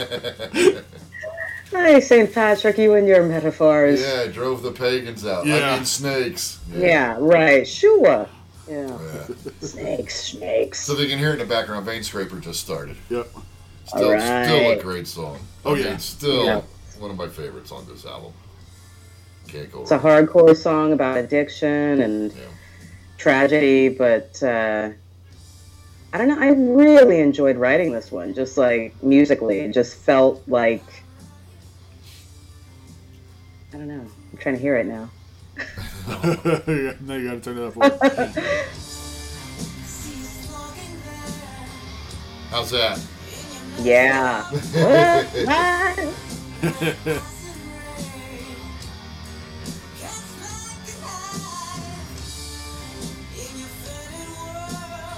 S4: Hey, St. Patrick, you and your metaphors. Yeah,
S1: Yeah, I drove the pagans out. I
S2: Yeah.
S1: mean snakes.
S4: right. Sure. Yeah.
S1: Yeah.
S4: Snakes, snakes.
S1: So they can hear it in the background. Vein Scraper just started.
S2: yep.
S1: Still,
S4: All right.
S1: still a great song.
S2: Oh,
S1: I mean,
S2: yeah.
S1: Still
S4: Yeah.
S1: one of my favorites on this album. Can't go
S4: It's a
S1: wrong.
S4: hardcore song about addiction and
S1: Yeah.
S4: tragedy, but uh, I don't know. I really enjoyed writing this one, just like musically. It just felt like I don't know. I'm trying to hear it now.
S2: Yeah, now you gotta turn it up.
S1: How's that?
S4: Yeah. What?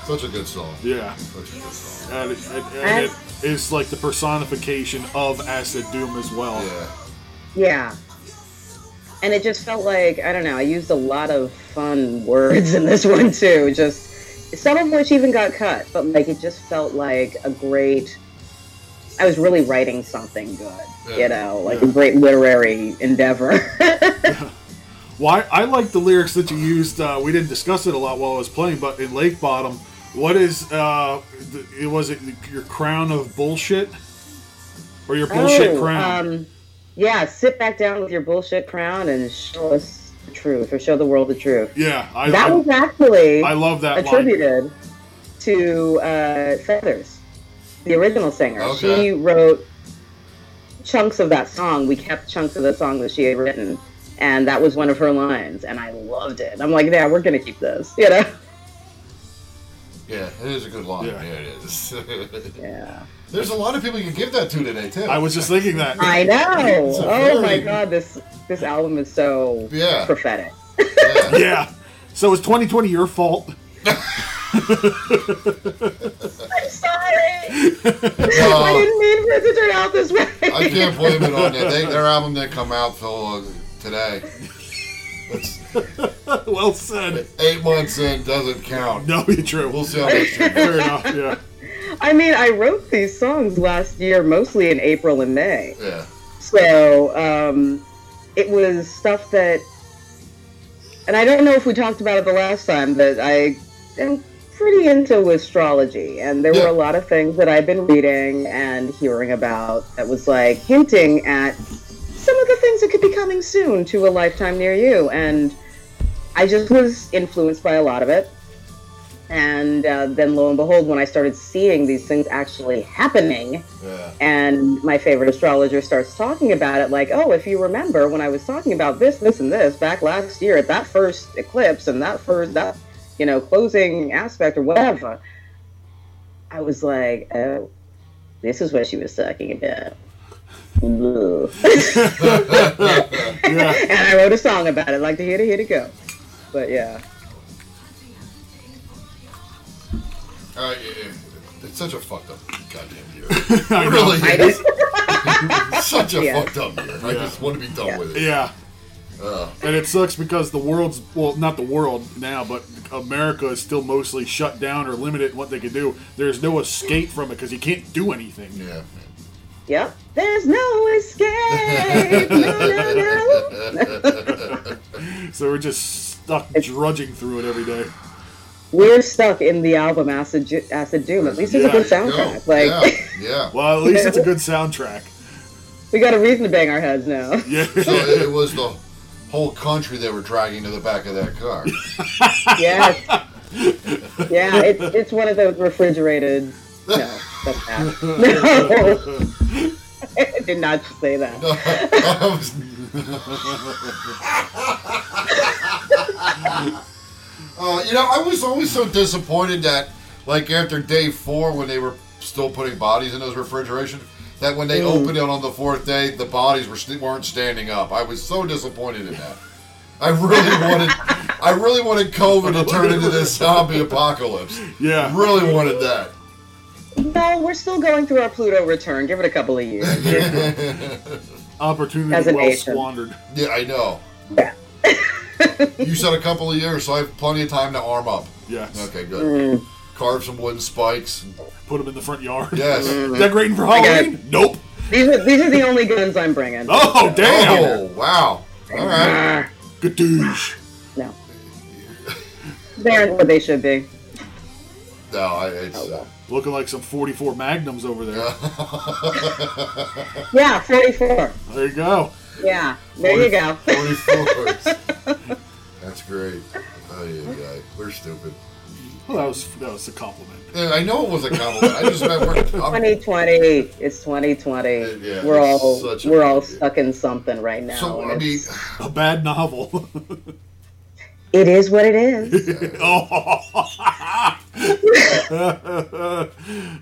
S1: Such a good song.
S2: yeah.
S1: Such a good song.
S2: And, it, and- and it is like the personification of acid doom as well.
S1: Yeah.
S4: yeah. And it just felt like I don't know. I used a lot of fun words in this one too. Just some of which even got cut, but like it just felt like a great. I was really writing something good,
S1: Yeah.
S4: you know, like a great literary endeavor.
S2: Why I like the lyrics that you used. Uh, we didn't discuss it a lot while I was playing, but in Lake Bottom, what is uh, th- it? Was it your crown of bullshit or your bullshit
S4: Oh,
S2: crown?
S4: Um, yeah, sit back down with your bullshit crown and show us the truth or show the world the truth.
S2: yeah, I,
S4: That
S2: I,
S4: was actually
S2: I love that line.
S4: attributed to uh, Feathers, the original singer.
S1: Okay.
S4: She wrote chunks of that song. We kept chunks of the song that she had written. And that was one of her lines, and I loved it. I'm like, yeah, we're gonna keep this, you know?
S1: Yeah, it is a good line. Yeah,
S2: Yeah.
S1: it is.
S4: Yeah.
S1: There's a lot of people you can give that to today, too.
S2: I was just thinking that.
S4: I know.
S1: It's a
S4: Oh my
S1: very-
S4: god, this this album is so
S1: Yeah.
S4: prophetic.
S1: Yeah.
S2: yeah. So is 2020 your fault?
S4: I'm sorry.
S1: Uh,
S4: I didn't mean for it to turn out this way.
S1: I can't blame it on that. They, their album didn't come out till uh, today. It's
S2: well said.
S1: eight months in doesn't count.
S2: No, you're true.
S1: We'll
S2: Well,
S1: see how much.
S2: fair enough. Yeah.
S4: I mean, I wrote these songs last year, mostly in April and May.
S1: Yeah.
S4: So um, it was stuff that, and I don't know if we talked about it the last time, but I am pretty into astrology, and there
S1: Yeah.
S4: were a lot of things that I've been reading and hearing about that was like hinting at some of the things that could be coming soon to a lifetime near you, and I just was influenced by a lot of it. And uh, then, lo and behold, when I started seeing these things actually happening,
S1: Yeah.
S4: and my favorite astrologer starts talking about it like oh if you remember when i was talking about this this and this back last year at that first eclipse and that first that you know closing aspect or whatever i was like oh this is what she was talking about Ugh.
S2: Yeah.
S4: and i wrote a song about it like to hear to hear to go but yeah
S1: All right, yeah, yeah. It's such a fucked up goddamn year. It really is. such a
S4: Yeah.
S1: fucked up year. I just want to be done with it.
S2: Yeah.
S1: Uh,
S2: And it sucks because the world's well, not the world now, but America is still mostly shut down or limited in what they can do. There's no escape from it because you can't do anything.
S1: yeah.
S4: yep there's no escape no no no
S2: So we're just stuck drudging through it every day.
S4: we're stuck in the album Acid, Ju- Acid Doom. At least it's
S2: Yeah,
S4: a good
S1: Go.
S4: soundtrack. Like
S1: yeah, yeah.
S2: Well, at least it's a good soundtrack.
S4: we got a reason to bang our heads now.
S2: Yeah.
S1: So it was the whole country they were dragging to the back of that car.
S4: Yeah, yeah. It's it's one of those refrigerated. No, that's not. No, I did not say that.
S1: I was- Uh, you know, I was always so disappointed that, like, after day four, when they were still putting bodies in those refrigeration, that when they opened it on the fourth day, the bodies were st- weren't standing up. I was so disappointed in that. I really wanted, I really wanted COVID to turn into this zombie apocalypse.
S2: Yeah.
S1: Really wanted that.
S4: No, we're still going through our Pluto return. Give it a couple of years. As
S2: Opportunity
S4: an
S2: well
S4: Asian.
S2: squandered.
S1: Yeah, I know.
S4: Yeah.
S1: you said a couple of years, so I have plenty of time to arm up.
S2: Yes.
S1: Okay, good.
S4: Mm.
S1: Carve some wooden spikes.
S2: Put them in the front yard.
S1: Yes.
S4: Mm.
S2: Decorating for Halloween? Nope.
S4: These are these are the only guns I'm bringing. Ah,
S2: Oh, damn.
S1: Oh, wow. All right.
S2: Good douche.
S4: No, they aren't what they should be.
S1: No, I, it's.
S4: Oh,
S1: Uh,
S2: Looking like some 44 Magnums over there.
S4: Yeah, 44.
S2: There you go.
S4: Yeah, there you go.
S1: 44. uh, That's great. Oh, yeah, yeah. We're stupid.
S2: Well, that was, that was a compliment.
S1: Yeah, I know it was a compliment. I just meant we're. I'm,
S4: 2020. It's 2020.
S1: Yeah,
S4: we're
S1: it's
S4: all
S1: such a-
S4: we're all stuck in something right now.
S1: so,
S4: and
S1: I mean,
S4: it's-
S2: A bad novel.
S4: it is what it is.
S2: oh.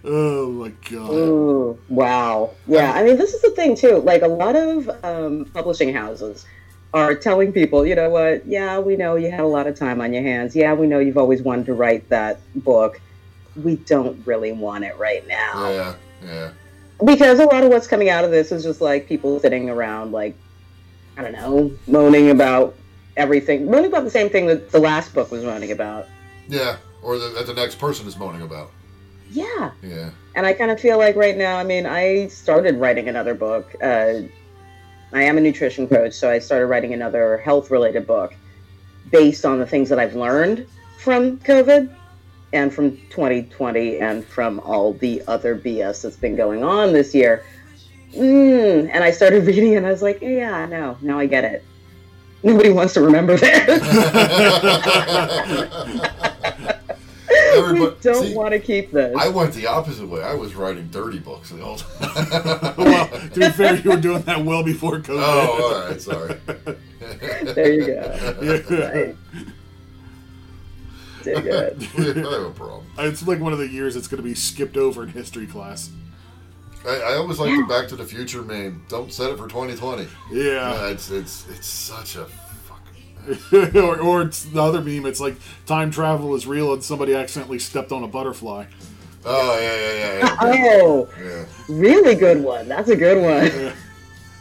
S2: oh, my God.
S4: Ooh, wow. Yeah. I mean, this is the thing too. Like a lot of um, publishing houses are telling people, you know what? Yeah, we know you had a lot of time on your hands. Yeah, we know you've always wanted to write that book. We don't really want it right now.
S1: yeah, yeah.
S4: because a lot of what's coming out of this is just like people sitting around like i don't know moaning about everything moaning about the same thing that the last book was moaning about
S1: Yeah. Or the, that the next person is moaning about.
S4: yeah
S1: Yeah.
S4: and i kind of feel like right now i mean i started writing another book uh, i am a nutrition coach so i started writing another health related book based on the things that i've learned from covid and from 2020 and from all the other bs that's been going on this year mm, and i started reading and i was like yeah no now i get it nobody wants to remember this we
S1: Everybody,
S4: don't
S1: see,
S4: want to keep this
S1: I went the opposite way. I was writing dirty books the whole time.
S2: well, to be fair, you were doing that well before COVID.
S1: oh, all right. Sorry.
S4: there you go Did it.
S1: I have a problem.
S2: It's like one of the years that's going to be skipped over in history class.
S1: I, I always like the Back to the Future meme. Don't set it for 2020.
S2: Yeah.
S1: Uh, it's it's it's such a fucking.
S2: or, or it's the other meme. It's like time travel is real, and somebody accidentally stepped on a butterfly.
S1: Oh yeah, yeah, yeah, yeah.
S4: Oh,
S1: yeah.
S4: really good one. That's a good one.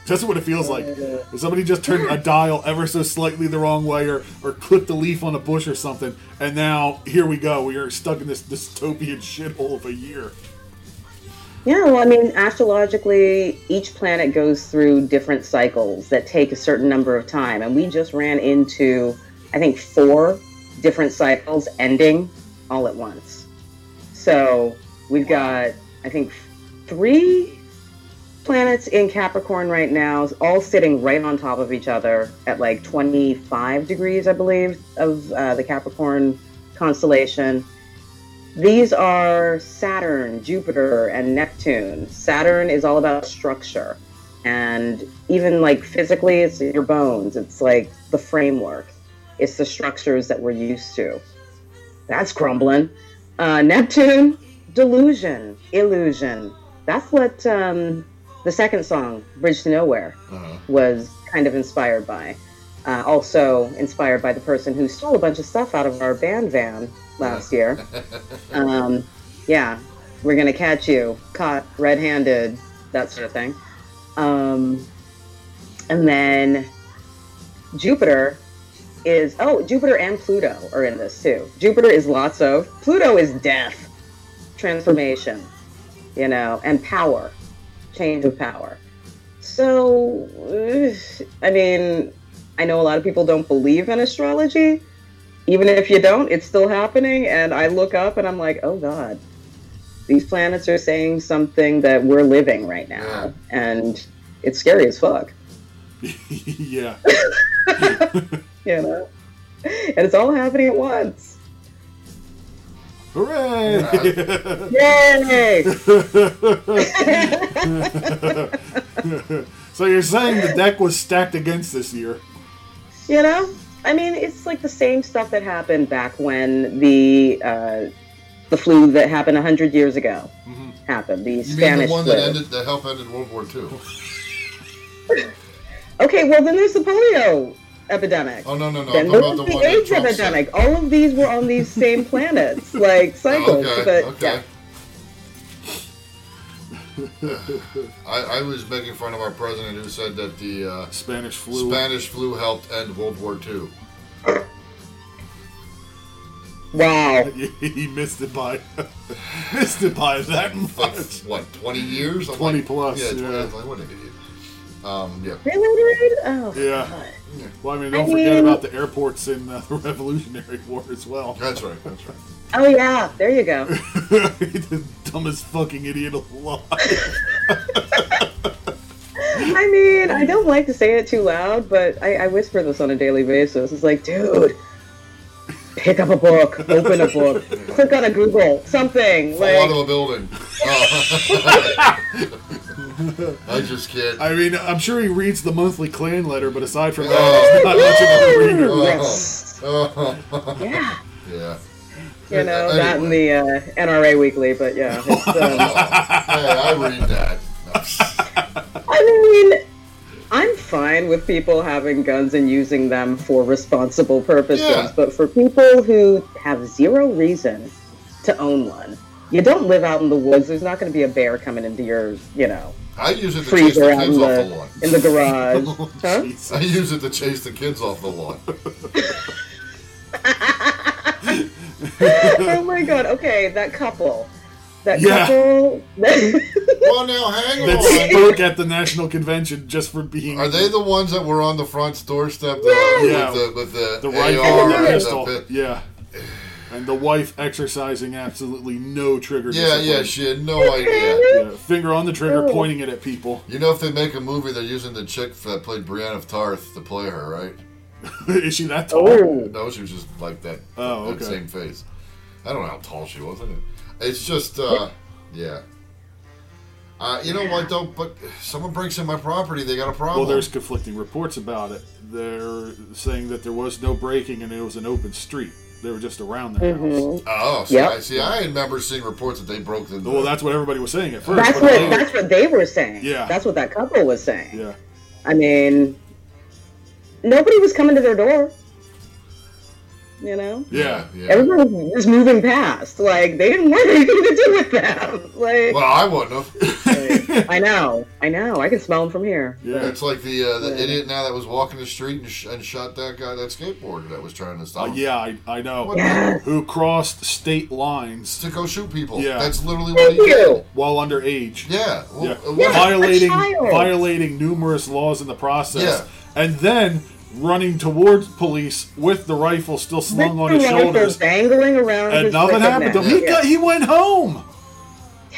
S2: That's what it feels like. If somebody just turned a dial ever so slightly the wrong way, or or clipped a leaf on a bush or something, and now here we go. We are stuck in this dystopian shithole of a year.
S4: Yeah, well, I mean, astrologically, each planet goes through different cycles that take a certain number of time, and we just ran into, I think, four different cycles ending all at once. So we've got, I think, three planets in Capricorn right now, all sitting right on top of each other at like 25 degrees, I believe, of uh, the Capricorn constellation. These are Saturn, Jupiter, and Neptune. Saturn is all about structure. And even like physically, it's your bones, it's like the framework, it's the structures that we're used to. That's crumbling. Uh, Neptune, delusion, illusion. That's what um, the second song, Bridge to Nowhere,
S1: Uh-huh.
S4: was kind of inspired by. Uh, also inspired by the person who stole a bunch of stuff out of our band van last year. um, yeah, we're gonna catch you, caught red-handed, that sort of thing. Um, and then Jupiter is oh, Jupiter and Pluto are in this too. Jupiter is lots of Pluto is death, transformation, you know, and power, change of power. So, eh, I mean, I know a lot of people don't believe in astrology. Even if you don't, it's still happening. And I look up and I'm like, oh God, these planets are saying something that we're living right now. And it's scary as fuck,
S2: yeah.
S4: you know? And it's all happening at once.
S2: Hooray!
S4: Yay!
S2: so you're saying the deck was stacked against this year?
S4: You know, I mean, it's like the same stuff that happened back when the uh, the flu that happened hundred years ago happened.
S1: Mm-hmm.
S4: The
S1: You mean
S4: Spanish
S1: the one
S4: flu.
S1: that ended that helped ended World War II?
S4: okay, well then there's the polio epidemic.
S1: Oh no, no, no!
S4: then
S1: I'm
S4: there
S1: talking about
S4: was
S1: the
S4: the,
S1: one that
S4: AIDS
S1: Trump said.
S4: epidemic. All of these were on these same planets, like cycles.
S1: Okay,
S4: but
S1: okay. I, I was making fun of our president who said that the uh,
S2: Spanish flu.
S1: Spanish flu helped end World War II.
S4: yeah. wow,
S2: he missed it by missed it by that
S1: Like
S2: much.
S1: what, twenty years? I'm
S2: 20
S1: like-
S2: plus,
S1: Yeah, 20,
S2: yeah.
S1: I'm like, what an idiot. Um, yeah.
S4: really, dude? Oh,
S2: Yeah.
S4: God.
S2: Well, I mean,
S4: I
S2: don't forget
S4: mean-
S2: about the airports in uh, the Revolutionary War as well.
S1: That's right. That's right.
S4: Oh yeah, there you go.
S2: the dumbest fucking idiot alive.
S4: I mean, I don't like to say it too loud, but I, I whisper this on a daily basis. It's like, dude, pick up a book, open a book, click on a Google, something.
S1: Fall out of
S4: Like,
S1: a building. Oh. I just kid.
S2: I mean, I'm sure he reads the monthly clan letter, but aside from that, he's
S1: Oh.
S2: not much of a reader.
S1: Oh.
S4: yes,
S1: Oh.
S4: yeah,
S1: yeah.
S4: you know that and the uh, NRA Weekly, but yeah, it's, um,
S1: Hey, I read that.
S4: I mean. I'm fine with people having guns and using them for responsible purposes,
S1: Yeah.
S4: but for people who have zero reason to own one, you don't live out in the woods. There's not going to be a bear coming into your, you know,
S1: I use it to chase
S4: freezer
S1: the
S4: out
S1: kids
S4: in
S1: off the lawn. Oh,
S4: the, in the garage. huh?
S2: Jesus.
S1: I use it to chase the kids off the lawn.
S4: Oh my god, okay, that couple. That
S2: Yeah.
S4: couple.
S1: Well, now hang
S2: That
S1: on.
S2: spoke at the national convention just for being.
S1: Are they the ones that were on the front's doorstep though,
S2: Yeah.
S1: with the with the,
S2: the
S1: AR
S2: rifle and
S1: and
S2: the
S1: the
S2: pistol.
S1: pit-
S2: yeah. And the wife exercising absolutely no trigger
S1: Yeah,
S2: discipline.
S1: yeah, she had no idea.
S2: Yeah, Finger on the trigger,
S4: Oh.
S2: pointing it at people.
S1: You know, if they make a movie, they're using the chick that played Brienne of Tarth to play her, right?
S2: Is she that tall?
S4: oh,
S1: No, she was just like that.
S2: Oh,
S1: that
S2: okay.
S1: same face. I don't know how tall she was. I didn't- It's just, uh, yeah. Uh, you know what though? But if someone breaks in my property, they got a problem.
S2: Well, there's conflicting reports about it. They're saying that there was no breaking and it was an open street. They were just around their house.
S4: Mm-hmm.
S1: oh, see,
S4: Yep.
S1: I see. I remember seeing reports that they broke the.
S2: Well, that's what everybody was saying at first.
S4: that's
S2: but
S4: what
S2: they-
S4: that's what they were saying.
S2: Yeah.
S4: That's what that couple was saying.
S2: yeah,
S4: I mean, nobody was coming to their door. you know?
S2: Yeah.
S1: yeah.
S4: Everybody was just moving past. Like, they didn't want anything to do with them. Like,
S1: Well, I wouldn't have.
S4: I know. I know. I can smell them from here.
S2: Yeah.
S1: It's like the uh, the idiot now that was walking the street and, sh- and shot that guy, that skateboarder that was trying to stop
S2: Uh,
S1: him.
S2: yeah, I, I know.
S4: Yes.
S2: Who crossed state lines
S1: To go shoot people.
S2: Yeah.
S1: That's literally what
S4: Thank
S1: he did.
S4: you.
S2: while underage.
S1: Yeah. Well,
S2: Yeah.
S1: uh,
S4: Yeah.
S2: violating
S4: a child.
S2: violating numerous laws in the process,
S1: Yeah.
S2: and then running towards police with the rifle still slung on his
S4: With the rifle
S2: shoulders,
S4: Dangling around.
S2: and
S4: his
S2: nothing
S4: frickin'
S2: happened to him.
S4: neck.
S2: He got, he went home.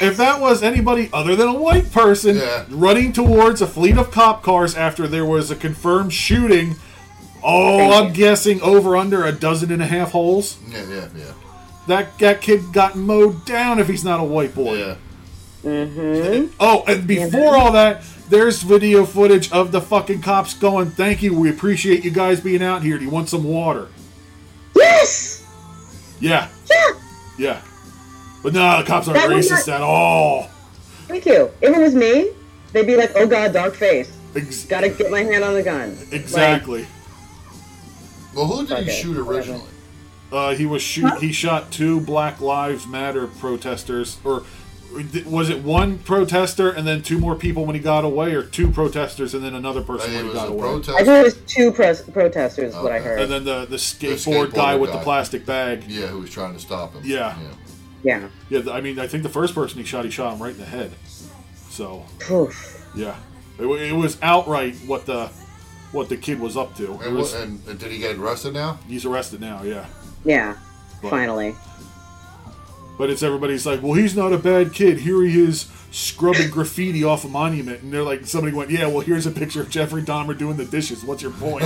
S2: If that was anybody other than a white person
S1: Yeah.
S2: running towards a fleet of cop cars after there was a confirmed shooting, oh, I'm guessing over under a dozen and a half holes.
S1: Yeah, yeah, yeah.
S2: That that kid got mowed down if he's not a white boy.
S1: Yeah.
S2: Oh, and before all that, there's video footage of the fucking cops going, "Thank you, we appreciate you guys being out here. Do you want some water?"
S4: Yes!
S2: Yeah,
S4: Yeah!
S2: yeah. But no, the cops aren't
S4: That was
S2: racist
S4: not-
S2: at all.
S4: Thank you. If it was me, they'd be like, oh god, dark face.
S2: Ex-
S4: Gotta get my hand on the gun.
S2: exactly.
S1: Well, who did he
S4: Okay,
S1: shoot
S4: whatever.
S1: originally?
S2: Uh, he was shoot. He shot two Black Lives Matter protesters, or was it one protester and then two more people when he got away, or two protestesters and then another
S1: I
S2: person
S1: think
S2: when
S1: it
S2: he
S1: was
S2: got
S1: a
S2: away?
S1: protest.
S4: I think it was two pres- protesters, is what I
S1: Okay.
S4: heard.
S2: and then the the skateboard,
S1: skateboarder
S2: guy with
S1: guy.
S2: the plastic bag.
S1: Yeah, who was trying to stop him.
S2: Yeah.
S4: yeah.
S2: Yeah, th- I mean, I think the first person he shot, he shot him right in the head. So
S4: Oof.
S2: yeah, it, wa- it was outright what the what the kid was up to. It
S1: And,
S2: was,
S1: what, and, and did he get arrested now?
S2: he's arrested now, yeah.
S4: Yeah.
S2: But-
S4: Finally.
S2: But it's everybody's like, well, he's not a bad kid. Here he is scrubbing graffiti off a monument, and they're like, somebody went, yeah, well, here's a picture of Jeffrey Dahmer doing the dishes. What's your point?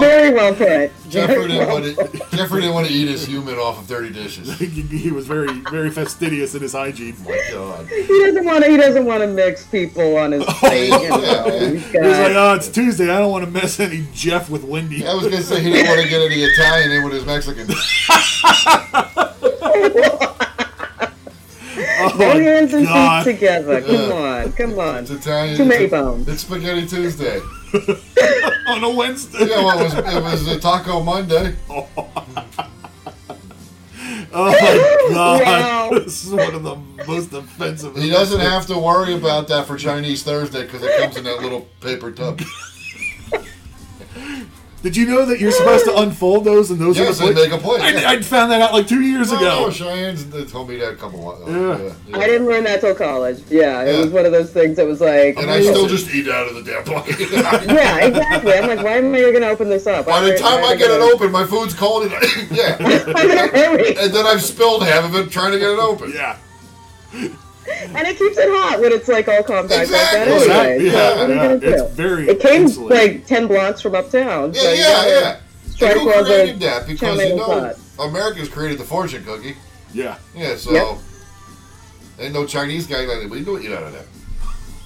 S4: Very well put.
S1: Jeffrey didn't, want to, Jeffrey didn't want to eat his human off of dirty dishes.
S2: he, he was very very fastidious in his hygiene.
S1: My God.
S4: He doesn't want to. He doesn't want to mix people on
S1: Oh,
S4: his plate. You know. He's
S2: He was like,
S4: got-
S2: oh, it's Tuesday. I don't want to mess any Jeff with Wendy.
S1: I was going to say he didn't want to get any Italian in with his Mexican. "Oh
S4: Put your hands and
S2: Oh, God.
S4: feet together. Come on, come on.
S1: It's Italian.
S4: Too many
S1: it's,
S4: bones.
S1: It's Spaghetti Tuesday.
S2: on a Wednesday.
S1: Yeah, well, it was, it was a Taco Monday.
S2: Oh my god!
S4: Wow.
S2: This is one of the most offensive.
S1: He doesn't have to worry about that for Chinese Thursday because it comes in that little paper tub.
S2: Did you know that you're supposed to unfold those and those
S1: Yes,
S2: are the
S1: and make
S2: plates?
S1: a plate.
S2: I, I found that out like two years
S1: Oh,
S2: ago.
S1: Cheyenne's they told me that a couple of oh,
S2: Yeah.
S4: I didn't learn that till college. Yeah, it
S1: Yeah.
S4: was one of those things that was like. "Oh."
S1: And I still just eat out of the damn bucket.
S4: yeah, exactly. I'm like, why am I going to open this up?
S1: By the time I get it open, my food's cold and yeah,
S4: open,
S1: and then I've spilled half of it trying to get it open.
S2: Yeah.
S4: and it keeps it hot when it's like all compact like
S1: Exactly.
S4: that.
S2: That-
S4: Anyway,
S2: yeah,
S4: What are you
S2: yeah,
S4: gonna do?
S2: It's very.
S4: It came
S2: insular.
S4: like ten blocks from uptown.
S1: Yeah,
S4: so you
S1: yeah,
S4: gotta
S1: yeah.
S4: try
S1: And
S4: to
S1: who
S4: close
S1: created
S4: it,
S1: that? Because
S4: terminate
S1: you
S4: the
S1: know,
S4: plot.
S1: Americans created the fortune cookie.
S2: Yeah.
S1: Yeah, so
S4: Yep.
S1: ain't no Chinese guy like we don't eat out of that.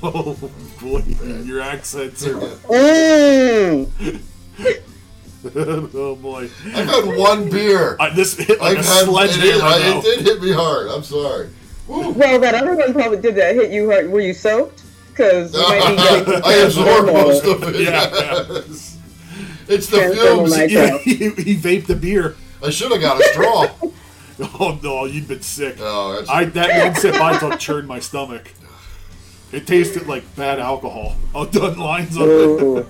S2: Oh boy, your accents are.
S4: Mm.
S2: oh boy.
S1: I've had one beer.
S2: I, this hit like
S1: I've
S2: a
S1: had it,
S2: sledgehammer.
S1: hit,
S2: though.
S1: it did hit me hard. I'm sorry. Woo.
S4: Well, that other one probably did that hit you hard. Were you soaked? Because
S1: I absorbed most of it.
S2: Yeah,
S1: It's the
S4: Transdermal
S1: fumes.
S4: night.
S2: yeah. he, he vaped the beer.
S1: I should have got a straw.
S2: Oh no, you'd been sick.
S1: Oh, that's,
S2: I that one sip I took churned my stomach. It tasted like bad alcohol. Oh, done lines on it.
S4: Ooh.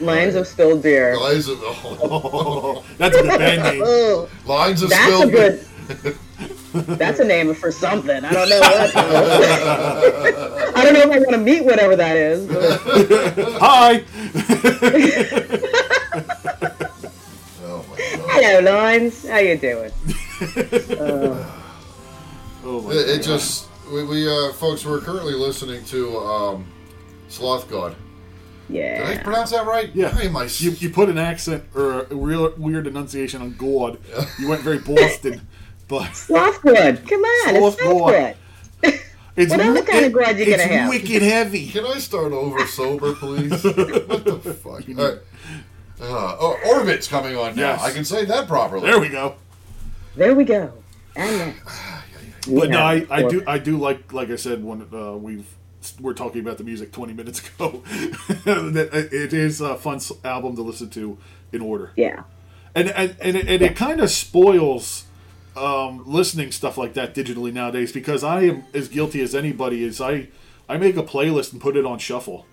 S4: Lines of spilled beer.
S1: lines of oh,
S2: Oh, that's a good band name.
S4: Oh,
S1: lines of
S4: that's a
S1: spilled
S4: good. That's a name for something. I don't know what. I don't know if I want to meet whatever that is. But
S2: Hi.
S1: Oh my god!
S4: hello, lines. How you doing?
S2: Oh my
S1: It, it just we, we uh, folks we're currently listening to um, Sloth God. Did I
S4: Yeah.
S1: pronounce that right?
S2: Yeah.
S1: Hey, my s-
S2: You, you put an accent or a real weird enunciation on God. You went very Boston, but
S4: Softwood. Come on, it's
S2: Softwood.
S4: softwood.
S2: it's
S4: What other kind of
S2: it-
S4: God you gonna
S2: it's
S4: have?
S2: wicked heavy.
S1: can I start over sober, please? what the fuck? All right. Uh, oh, Orbit's coming on now.
S2: Yes.
S1: I can say that properly.
S2: There we go.
S4: There we go. And next.
S2: But no,
S4: Yeah.
S2: I, I do I do like like I said when uh, we've we're talking about the music 20 minutes ago. That it is a fun s- album to listen to in order.
S4: Yeah.
S2: And and, and, it, and it kind of spoils um, listening stuff like that digitally nowadays because I am as guilty as anybody is I I make a playlist and put it on shuffle.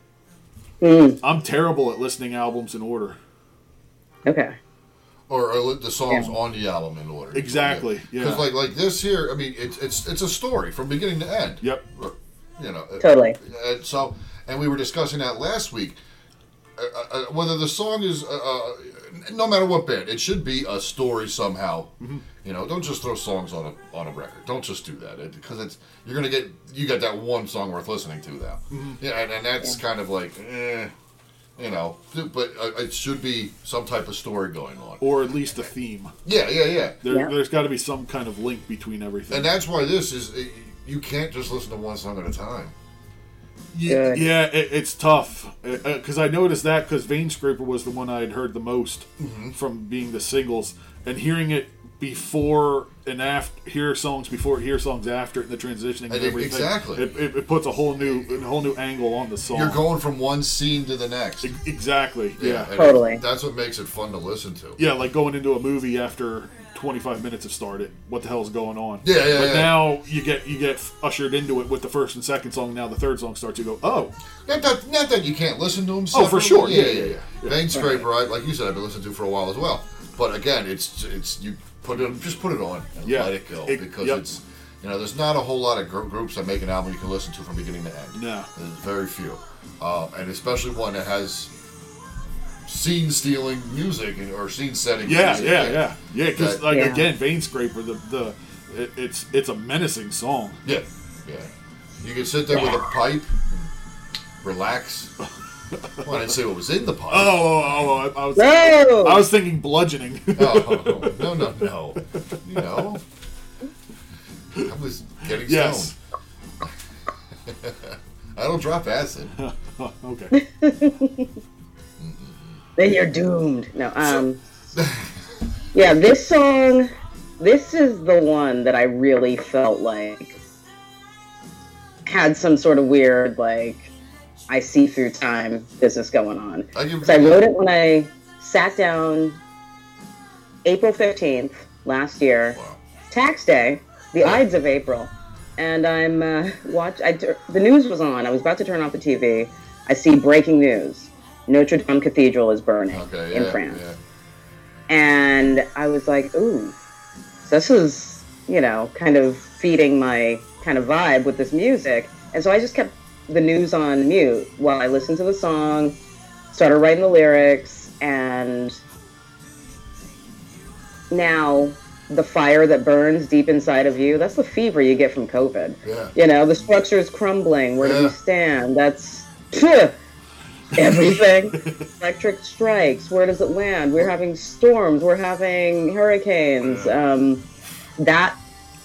S2: I'm terrible at listening albums in order.
S4: Okay.
S1: or, or the songs
S4: Yeah.
S1: on the album in order.
S2: Exactly, yeah.
S1: Because like like this here, I mean, it's it's it's a story from beginning to end.
S2: Yep.
S1: Or, You know. uh,
S4: Totally.
S1: And so, and we were discussing that last week. Uh, uh, uh, whether the song is, uh, uh, no matter what band, it should be a story somehow. You know, don't just throw songs on a on a record. Don't just do that because it's you're gonna get you got that one song worth listening to now. Yeah, and, and that's kind of like, eh, you know, but uh, it should be some type of story going on.
S2: Or at least a theme.
S1: Yeah, yeah, yeah.
S2: There,
S4: Yeah.
S2: There's got to be some kind of link between everything.
S1: And that's why this is eh, you can't just listen to one song at a time.
S2: Yeah,
S4: Good.
S2: yeah, it, it's tough because I noticed that because Vein Scraper was the one I had heard the most
S1: Mm-hmm.
S2: from being the singles and hearing it before and after hear songs before hear songs after it and the transitioning and
S1: I think-
S2: everything
S1: exactly.
S2: it, it, it puts a whole new a whole new angle on the song
S1: You're going from one scene to the next.
S2: E- exactly yeah yeah,
S1: and
S4: Totally.
S1: That's what makes it fun to listen to.
S2: like going into a movie after 25 minutes have started what the hell's going on
S1: Yeah, yeah,
S2: but
S1: yeah.
S2: now you get you get ushered into it with the first and second song now the third song starts you go oh
S1: Not that, not that you can't listen to them.
S2: Oh,
S1: separately.
S2: for sure.
S1: Yeah,
S2: Yeah,
S1: yeah,
S2: yeah,
S1: yeah. Vein Scraper, I, like you said, I've been listening to for a while as well. But again, it's it's you put it just put it on and
S2: Yeah.
S1: let it go
S2: It-
S1: because
S2: yep.
S1: it's you know there's not a whole lot of gr- groups that make an album you can listen to from beginning to end.
S2: No.
S1: there's very few, uh, and especially one that has scene stealing music and, or scene setting.
S2: Yeah,
S1: music.
S2: yeah, yeah, yeah. Because
S1: That-
S2: like
S4: Yeah.
S2: again, Vein Scraper, the the it, it's it's a menacing song.
S1: Yeah, yeah. You can sit there with a pipe, and relax. well, I didn't say what was in the pipe.
S2: Oh, oh, oh, oh, I, I was
S4: Whoa!
S2: I was thinking bludgeoning.
S1: No, no, no, no. You know, I was getting
S2: yes.
S1: stoned. I don't drop acid.
S2: okay.
S4: Then you're doomed. No. Um. yeah. This song. This is the one that I really felt like had some sort of weird like I see through time business going on.
S1: I give.
S4: So I wrote it when I sat down April 15th last year,
S1: Wow.
S4: tax day, the Ides of April. And I'm uh, watch. I tur- the news was on. I was about to turn off the TV. I see breaking news: Notre Dame Cathedral is burning
S1: Okay.
S4: in
S1: yeah,
S4: France.
S1: yeah.
S4: And I was like, "Ooh, so this is you know kind of feeding my kind of vibe with this music." And so I just kept the news on mute while I listened to the song started writing the lyrics and now the fire that burns deep inside of you that's the fever you get from covid
S1: Yeah.
S4: you know the structure is crumbling where do
S1: Yeah.
S4: you stand that's phew, everything electric strikes where does it land we're having storms we're having hurricanes um, that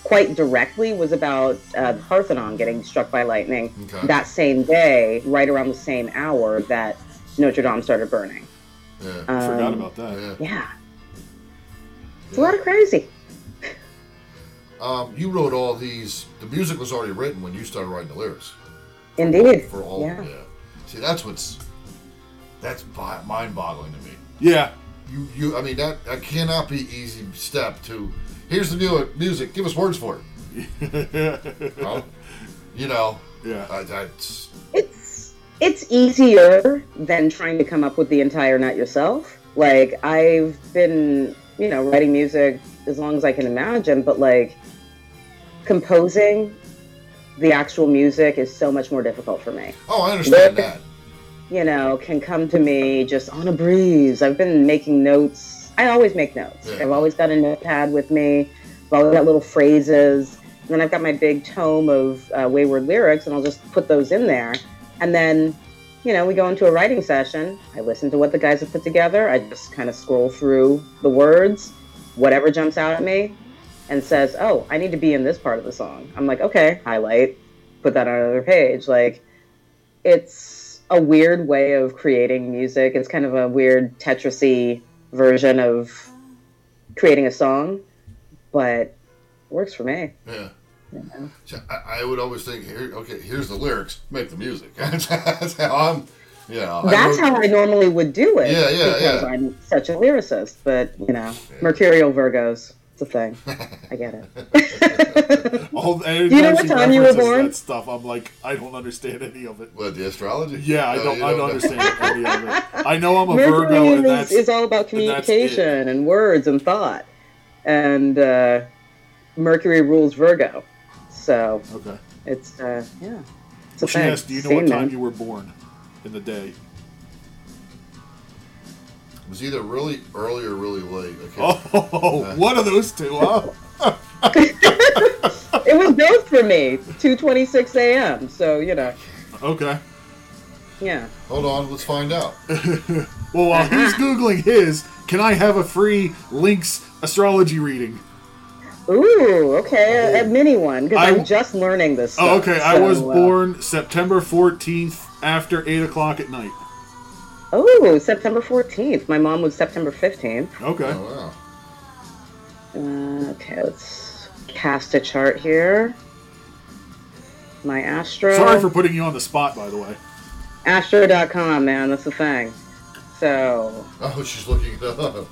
S4: quite directly was about uh, the Parthenon getting struck by lightning
S1: Okay.
S4: that same day, right around the same hour that Notre Dame started burning.
S1: Yeah.
S4: Um,
S2: Forgot about that.
S1: yeah.
S4: Yeah. It's a lot of crazy.
S1: Um, you wrote all these. The music was already written when you started writing the lyrics
S4: Indeed.
S1: for all.
S4: yeah.
S1: yeah. See, that's what's that's bi- mind-boggling to me.
S2: Yeah.
S1: you, you I mean that that cannot be easy step to here's the new music, give us words for it. Well, you know.
S2: Yeah.
S1: Uh, that's
S4: It's it's easier than trying to come up with the entire nut yourself. Like I've been, you know, writing music as long as I can imagine, but like composing the actual music is so much more difficult for me.
S1: oh I understand
S4: Yeah.
S1: that.
S4: you know, can come to me just on a breeze. I've been making notes. I always make notes.
S1: Yeah.
S4: I've always got a notepad with me. I've always got little phrases. And then I've got my big tome of uh, wayward lyrics, and I'll just put those in there. And then, you know, we go into a writing session. I listen to what the guys have put together. I just kind of scroll through the words, whatever jumps out at me, and says, "Oh, I need to be in this part of the song." I'm like, "Okay, highlight, put that on another page." Like, it's a weird way of creating music. It's kind of a weird Tetrisy version of creating a song, but works for me.
S1: Yeah.
S4: you know.
S1: So I, I would always think, here, okay, here's the lyrics, make the music. That's how I'm. Yeah, I
S4: That's
S1: wrote-
S4: how I normally would do it.
S1: Yeah, yeah,
S4: because
S1: yeah.
S4: I'm such a lyricist, but you know, Mercurial Virgos. It's a thing. I get it.
S2: All you
S4: know what time you were born?
S2: That stuff. I'm like, I don't understand any of it.
S1: What the astrology?
S2: Yeah, I
S1: No,
S2: don't.
S1: you
S2: I don't understand any of it. I know I'm a Virgo, and
S4: Mercury is,
S2: that's
S4: is all about
S2: and that's it.
S4: communication and words and thought, and uh, Mercury rules Virgo, so
S2: okay.
S4: it's uh, yeah. It's a
S2: Well, she
S4: thing.
S2: asked, "Do you know
S4: Seen
S2: what time
S4: them.
S2: you were born in the day?"
S1: It was either really early or really late. Okay.
S2: Oh,
S4: Uh.
S2: one of those two. Oh. Huh?
S4: It was both for me. Two twenty-six a.m. So you know,
S2: Okay.
S4: yeah.
S1: Hold on, let's find out. Oh,
S2: Well, while he's googling his, can I have a free Lynx astrology reading?
S4: Ooh, okay, a, a mini one because
S2: I-
S4: I'm just learning this.
S2: Oh,
S4: stuff,
S2: okay. I was
S4: so, uh,
S2: born September 14th after 8 o'clock at night.
S4: Oh, September 14th. My mom was September 15th.
S2: Okay.
S1: Oh wow.
S4: Uh, okay, let's cast a chart here. My astro.
S2: Sorry for putting you on the spot, by the way.
S4: Astro.com, man. That's the thing. So,
S1: Oh, she's looking it up.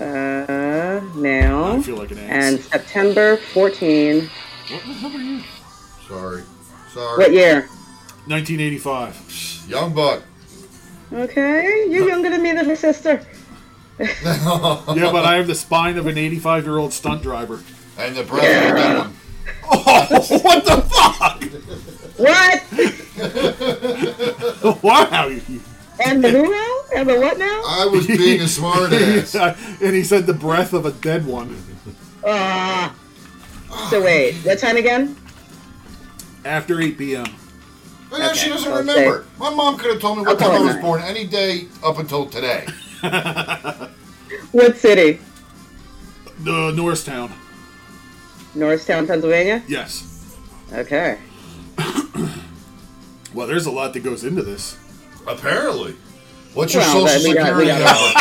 S4: uh, now.
S2: I feel like an ass.
S4: and September 14.
S2: what the hell are you?
S1: Sorry. Sorry.
S4: What year?
S2: 1985.
S1: Young Buck.
S4: Okay, you're younger than me than my sister.
S2: Yeah, but I have the spine of an 85 year old stunt driver.
S1: And the president. that one.
S2: Oh, what the fuck?
S4: What?
S2: Wow. you-
S4: And the who now? And the what now?
S1: I was being a smart ass.
S2: and he said the breath of a dead one.
S4: Ah. so wait, what time again?
S2: After 8 p.m.
S1: And now she
S4: Okay,
S1: doesn't
S4: well,
S1: remember. My mom could have told me what
S4: Okay.
S1: time I was born any day up until today.
S4: What city?
S2: The Norristown.
S4: Norristown, Pennsylvania?
S2: Yes.
S4: Okay.
S2: Well, there's a lot that goes into this.
S1: Apparently. What's your
S4: Well,
S1: social
S4: we got- we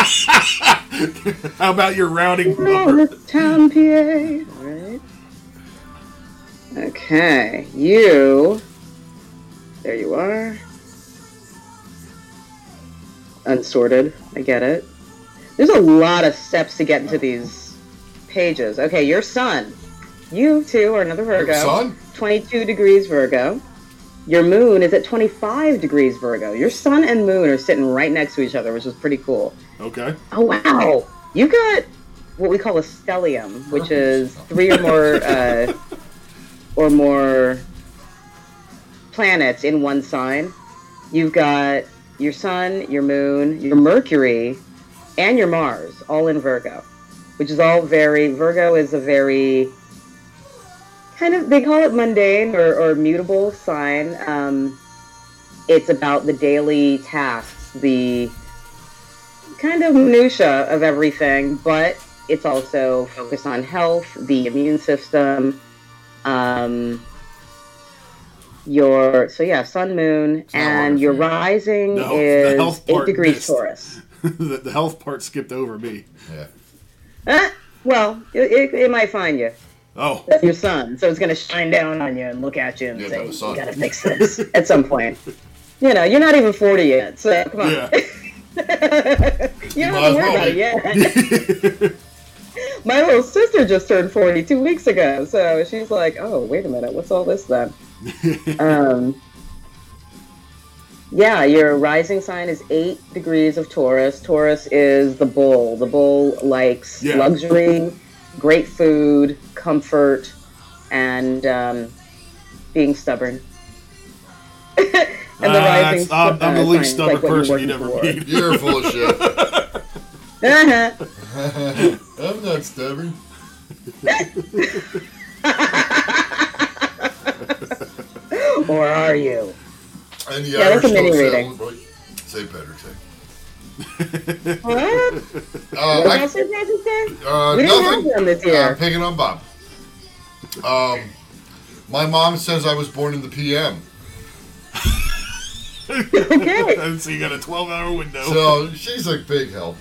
S1: security
S4: got-
S1: number?
S2: How about your routing number?
S4: Norristown, PA. All right. Okay, you. There you are. Unsorted. I get it. There's a lot of steps to get into these pages. Okay, your son. You too are another Virgo.
S1: Son?
S4: 22 degrees Virgo. Your moon is at 25 degrees Virgo. Your sun and moon are sitting right next to each other, which is pretty cool.
S2: Okay.
S4: Oh wow! Oh, You got what we call a stellium, which is three or more uh, or more planets in one sign. You've got your sun, your moon, your Mercury, and your Mars, all in Virgo, which is all very Virgo is a very kind of they call it mundane or, or mutable sign. Um, it's about the daily tasks, the kind of minutia of everything, but it's also focused on health, the immune system, um, your so yeah, sun, moon,
S1: not
S4: and
S1: working.
S4: your rising
S2: No, the
S4: is
S2: health
S4: eight
S2: part
S4: degrees
S2: missed.
S4: Taurus.
S2: the, the health part skipped over me.
S1: Yeah.
S4: Ah, well, it, it, it might find you.
S2: Oh,
S4: That's your sun, so it's gonna shine down on you and look at you and
S1: Yeah,
S4: say,
S1: that was sun.
S4: "You gotta fix this at some point." You know, you're not even forty yet, so come on.
S2: yeah.
S4: You don't
S1: might as well
S4: have to worry about
S1: be.
S4: it yet. My little sister just turned 40 two weeks ago, so she's like, oh, wait a minute, what's all this then? um, yeah, your rising sign is eight degrees of Taurus. Taurus is the bull. The bull likes
S2: Yeah.
S4: luxury, great food, comfort, and um, being stubborn. and the
S2: Ah,
S4: rising
S2: that's- I'm, I'm the
S4: uh,
S2: least
S4: sign is
S2: stubborn
S4: like what
S2: person
S4: you're
S2: you'd ever
S4: working for.
S2: meet.
S1: You're full of shit.
S4: Uh-huh.
S1: I'm not stubborn.
S4: or are you?
S1: And the
S4: Yeah,
S1: Irish
S4: that's a mini
S1: don't
S4: reading.
S1: sound right. St. Patrick's Day.
S4: What?
S1: Uh,
S4: What
S1: I-
S4: else is Magic Day?
S1: Uh,
S4: We didn't
S1: nothing.
S4: have one this
S1: I'm
S4: year.
S1: picking on Bob. Um, my mom says I was born in the PM,
S4: Okay,
S2: And so you got a 12 hour window.
S1: so she's a big help.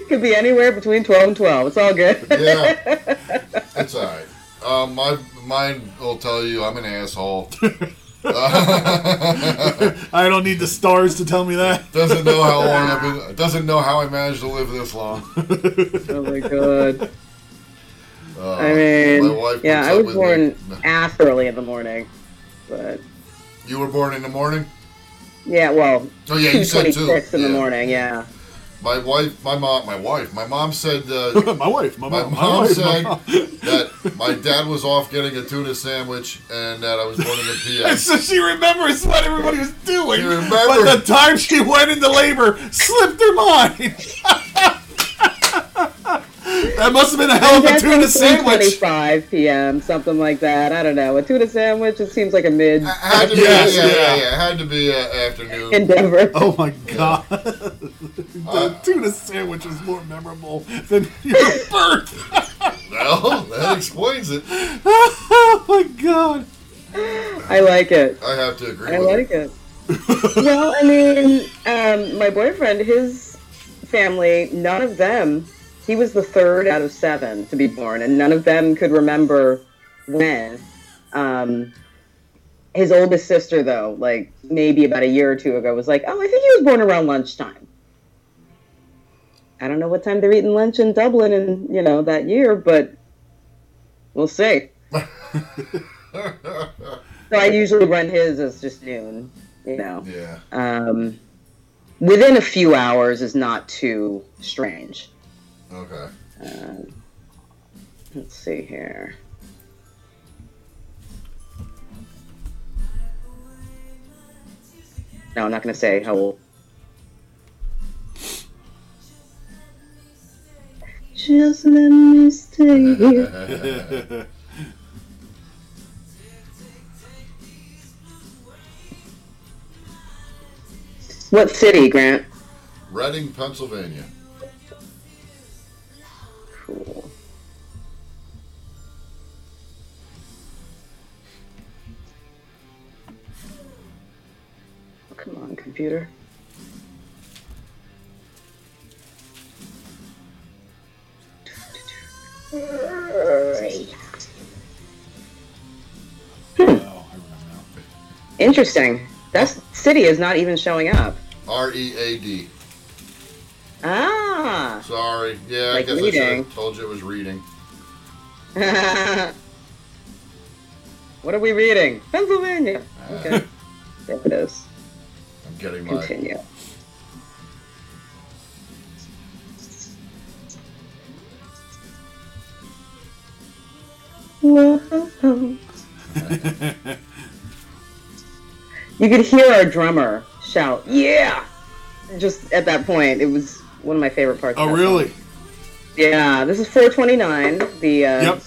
S4: could be anywhere between twelve and twelve. It's all good.
S1: Yeah, it's all right. Um, my mine will tell you I'm an asshole.
S2: I don't need the stars to tell me that.
S1: Doesn't know how long I've been. Doesn't know how I managed to live this long.
S4: Oh my god.
S1: Uh,
S4: I mean,
S1: wakes
S4: yeah, I
S1: up
S4: was
S1: with
S4: born
S1: me-
S4: ass early in the morning, but
S1: You were born in the morning.
S4: yeah, well,
S1: Oh yeah,
S4: two
S1: you said too.
S4: twenty-six in the
S1: Yeah.
S4: morning. Yeah,
S1: My wife, my mom, my wife, my mom said uh,
S2: my wife, my
S1: My
S2: mom, my
S1: mom
S2: wife, my
S1: said
S2: mom.
S1: that my dad was off getting a tuna sandwich and that I was born in the
S2: And
S1: PM.
S2: so she remembers what everybody was doing.
S1: You
S2: But
S1: remember.
S2: the time she went into labor slipped her mind. that must have been a hell of a
S4: That's
S2: tuna
S4: like
S2: sandwich.
S4: 3:25 p.m. something like that. I don't know. A tuna sandwich. It seems like a mid
S1: It had to be,
S2: Yes,
S1: yeah,
S2: yeah.
S1: yeah, yeah, it had to be uh, afternoon.
S4: endeavor.
S2: Oh my god. the tuna Uh, sandwich was more memorable than your birth.
S1: well, that explains it.
S2: oh my god.
S4: I like it.
S1: I have to agree.
S4: I
S1: with
S4: like it. well, I mean, um, my boyfriend, his family, none of them. He was the third out of seven to be born, and none of them could remember when. Um, his oldest sister, though, like maybe about a year or two ago, was like, "Oh, I think he was born around lunchtime." I don't know what time they're eating lunch in Dublin, and you know that year, but we'll see. so I usually run his as just noon, you know
S1: Yeah.
S4: um, within a few hours is not too strange.
S1: Okay.
S4: Let's see here. No, I'm not going to say how old. Just let me stay here. What city, Grant?
S1: Reading, Pennsylvania.
S4: Cool. Oh, Come on, computer. Interesting. That city is not even showing up.
S1: R E A D.
S4: Ah.
S1: Sorry. Yeah, I
S4: Like
S1: guess I should
S4: reading.
S1: have told you it was reading.
S4: what are we reading? Pennsylvania. Okay. there it is.
S1: I'm getting my.
S4: Continue. Whoa. you could hear our drummer shout, "Yeah!" Just at that point, it was one of my favorite parts. of
S2: Oh
S4: that
S2: really?
S4: yeah, this is 429, the uh,
S2: Yep.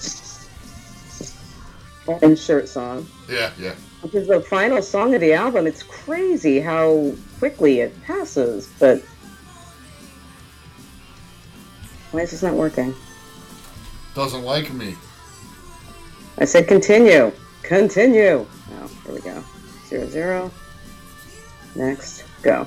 S4: orange shirt song,
S1: Yeah, yeah.
S4: which is the final song of the album. It's crazy how quickly it passes, but why is this not working?
S1: Doesn't like me.
S4: I said continue, continue. Oh, here we go. Zero zero. Next, go.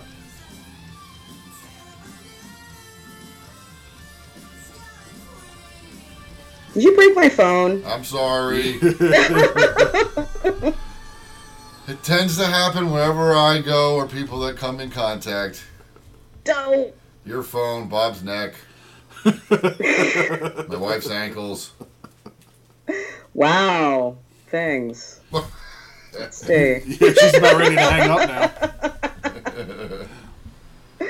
S4: Did you break my phone?
S1: I'm sorry. it tends to happen wherever I go or people that come in contact.
S4: Don't.
S1: Your phone, Bob's neck, my wife's ankles.
S4: Wow. Thanks. Let's see.
S2: Yeah, she's about ready to hang up now.